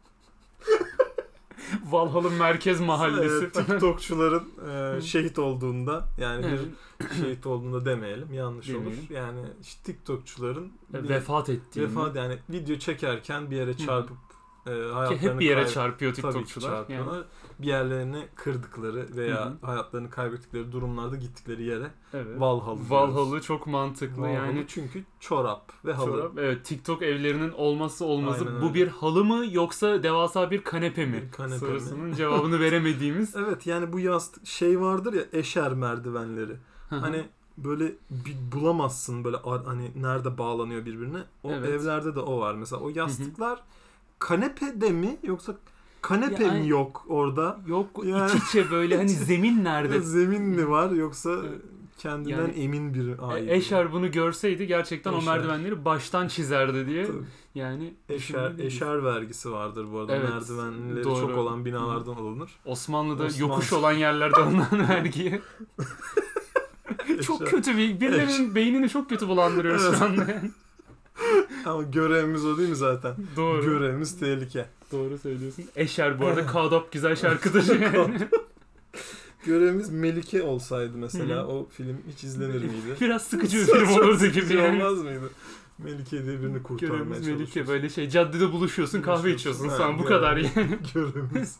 [SPEAKER 2] Valhalla Merkez Mahallesi.
[SPEAKER 1] Ee, TikTokçuların e,
[SPEAKER 2] Hı.
[SPEAKER 1] şehit olduğunda yani
[SPEAKER 2] Evet.
[SPEAKER 1] bir şehit olduğunda demeyelim yanlış olur.
[SPEAKER 2] Demeyelim. E,
[SPEAKER 1] Yani işte TikTokçuların bir-
[SPEAKER 2] Vefat ettiğini.
[SPEAKER 1] vefat yani video çekerken bir yere çarpıp e,
[SPEAKER 2] Ki
[SPEAKER 1] hayatlarını
[SPEAKER 2] hep bir yere
[SPEAKER 1] kaybet-
[SPEAKER 2] çarpıyor
[SPEAKER 1] tabii ki
[SPEAKER 2] TikTokçular. Yani.
[SPEAKER 1] çarpıyorlar. Bir yerlerini kırdıkları veya
[SPEAKER 2] Hı hı.
[SPEAKER 1] hayatlarını kaybettikleri durumlarda gittikleri yere
[SPEAKER 2] Evet.
[SPEAKER 1] Valhalla. diyoruz.
[SPEAKER 2] Valhalı çok mantıklı
[SPEAKER 1] Valhalla
[SPEAKER 2] yani.
[SPEAKER 1] çünkü çorap ve halı.
[SPEAKER 2] Çorap, Evet TikTok evlerinin olması olmazı.
[SPEAKER 1] Aynen
[SPEAKER 2] Bu
[SPEAKER 1] öyle.
[SPEAKER 2] bir halı mı yoksa devasa bir kanepe mi?
[SPEAKER 1] Bir kanepe mi?
[SPEAKER 2] Sorusunun cevabını veremediğimiz.
[SPEAKER 1] Evet yani bu yastık şey vardır ya eşer merdivenleri. hani böyle bir bulamazsın böyle ar- hani nerede bağlanıyor birbirine. O
[SPEAKER 2] Evet.
[SPEAKER 1] evlerde de o var mesela. O yastıklar kanepede mi yoksa kanepe
[SPEAKER 2] Ya,
[SPEAKER 1] mi
[SPEAKER 2] ay-
[SPEAKER 1] yok orada?
[SPEAKER 2] Yok
[SPEAKER 1] Yani-
[SPEAKER 2] iç içe böyle hani zemin nerede?
[SPEAKER 1] Zemin mi var yoksa
[SPEAKER 2] Evet.
[SPEAKER 1] kendinden
[SPEAKER 2] Yani-
[SPEAKER 1] emin bir aile?
[SPEAKER 2] E, Eşer bunu görseydi gerçekten o
[SPEAKER 1] Eşer.
[SPEAKER 2] merdivenleri baştan çizerdi diye.
[SPEAKER 1] Tabii.
[SPEAKER 2] Yani
[SPEAKER 1] Eşer,
[SPEAKER 2] düşünebiliriz.
[SPEAKER 1] eşer vergisi vardır bu arada.
[SPEAKER 2] Evet,
[SPEAKER 1] Merdivenleri
[SPEAKER 2] doğru.
[SPEAKER 1] çok olan binalardan alınır.
[SPEAKER 2] Osmanlı'da
[SPEAKER 1] Osmanlı.
[SPEAKER 2] yokuş olan yerlerde alınan vergiye. çok
[SPEAKER 1] Eşer.
[SPEAKER 2] kötü bir birilerinin beynini çok kötü bulandırıyoruz şu anda. yani.
[SPEAKER 1] Ama görevimiz o değil mi zaten?
[SPEAKER 2] Doğru.
[SPEAKER 1] Görevimiz tehlike.
[SPEAKER 2] Doğru söylüyorsun. Eşer bu arada Kadap güzel şey. şarkıdır yani.
[SPEAKER 1] Görevimiz Melike olsaydı mesela
[SPEAKER 2] Hı hı.
[SPEAKER 1] o film hiç izlenir miydi?
[SPEAKER 2] Biraz sıkıcı bir film olurdu gibi.
[SPEAKER 1] Sıkıcı
[SPEAKER 2] Yani.
[SPEAKER 1] şey olmaz mıydı? Melike diye birini kurtarmaya
[SPEAKER 2] Görevimiz Melike
[SPEAKER 1] çalışıyoruz.
[SPEAKER 2] böyle şey caddede buluşuyorsun kahve içiyorsun
[SPEAKER 1] Ha,
[SPEAKER 2] sen bu
[SPEAKER 1] görevimiz-
[SPEAKER 2] kadar yani.
[SPEAKER 1] şey. Görevimiz.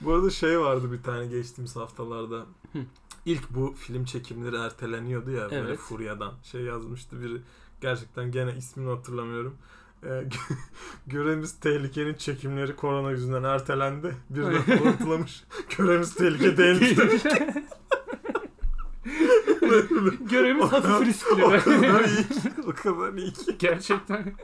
[SPEAKER 1] Bu arada şey vardı bir tane geçtiğimiz haftalarda.
[SPEAKER 2] Hı.
[SPEAKER 1] İlk bu film çekimleri erteleniyordu ya böyle
[SPEAKER 2] Evet.
[SPEAKER 1] furyadan. Şey yazmıştı biri. Gerçekten gene ismini hatırlamıyorum. Ee, gö- görevimiz tehlikenin çekimleri korona yüzünden ertelendi. Birden unutulamış. görevimiz tehlike değilmiş.
[SPEAKER 2] Görevimiz hafif riskli.
[SPEAKER 1] o kadar iyi ki. O kadar iyi ki.
[SPEAKER 2] Gerçekten.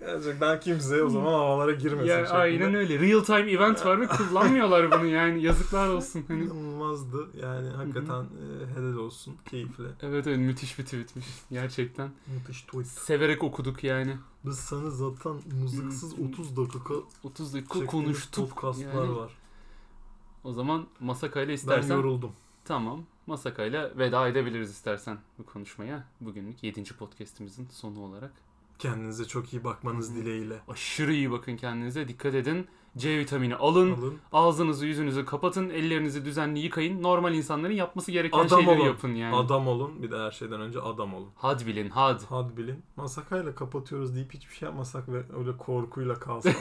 [SPEAKER 1] Gerçekten kimse o zaman havalara girmesin.
[SPEAKER 2] Yani
[SPEAKER 1] şeklinde.
[SPEAKER 2] aynen öyle. Real time event var ve kullanmıyorlar bunu yani. Yazıklar olsun. Hani.
[SPEAKER 1] İnanılmazdı. Yani hakikaten e, helal olsun. Keyifle.
[SPEAKER 2] Evet evet müthiş bir tweetmiş. Gerçekten.
[SPEAKER 1] Müthiş tweet.
[SPEAKER 2] Severek okuduk yani.
[SPEAKER 1] Biz sana zaten müziksiz
[SPEAKER 2] Hmm.
[SPEAKER 1] 30 dakika
[SPEAKER 2] 30 dakika
[SPEAKER 1] çektiğimiz
[SPEAKER 2] konuştuk.
[SPEAKER 1] podcastlar
[SPEAKER 2] yani.
[SPEAKER 1] var.
[SPEAKER 2] O zaman Masaka ile
[SPEAKER 1] Ben
[SPEAKER 2] istersen
[SPEAKER 1] yoruldum.
[SPEAKER 2] Tamam. Masaka'yla veda edebiliriz istersen bu konuşmaya. Bugünlük 7. podcast'imizin sonu olarak.
[SPEAKER 1] Kendinize çok iyi bakmanız
[SPEAKER 2] Hı.
[SPEAKER 1] dileğiyle.
[SPEAKER 2] Aşırı iyi bakın kendinize. Dikkat edin. C vitamini alın.
[SPEAKER 1] Alın.
[SPEAKER 2] Ağzınızı yüzünüzü kapatın. Ellerinizi düzenli yıkayın. Normal insanların yapması gereken
[SPEAKER 1] Adam
[SPEAKER 2] şeyleri
[SPEAKER 1] olun.
[SPEAKER 2] yapın yani.
[SPEAKER 1] Adam olun. Bir de her şeyden önce adam olun.
[SPEAKER 2] Had bilin had.
[SPEAKER 1] Had bilin. Masakayla kapatıyoruz deyip hiçbir şey yapmasak ve öyle korkuyla kalsak.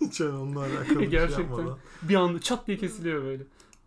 [SPEAKER 1] Hiç yani onunla alakalı bir şey
[SPEAKER 2] Gerçekten.
[SPEAKER 1] yapmadan.
[SPEAKER 2] Bir anda çat diye kesiliyor böyle.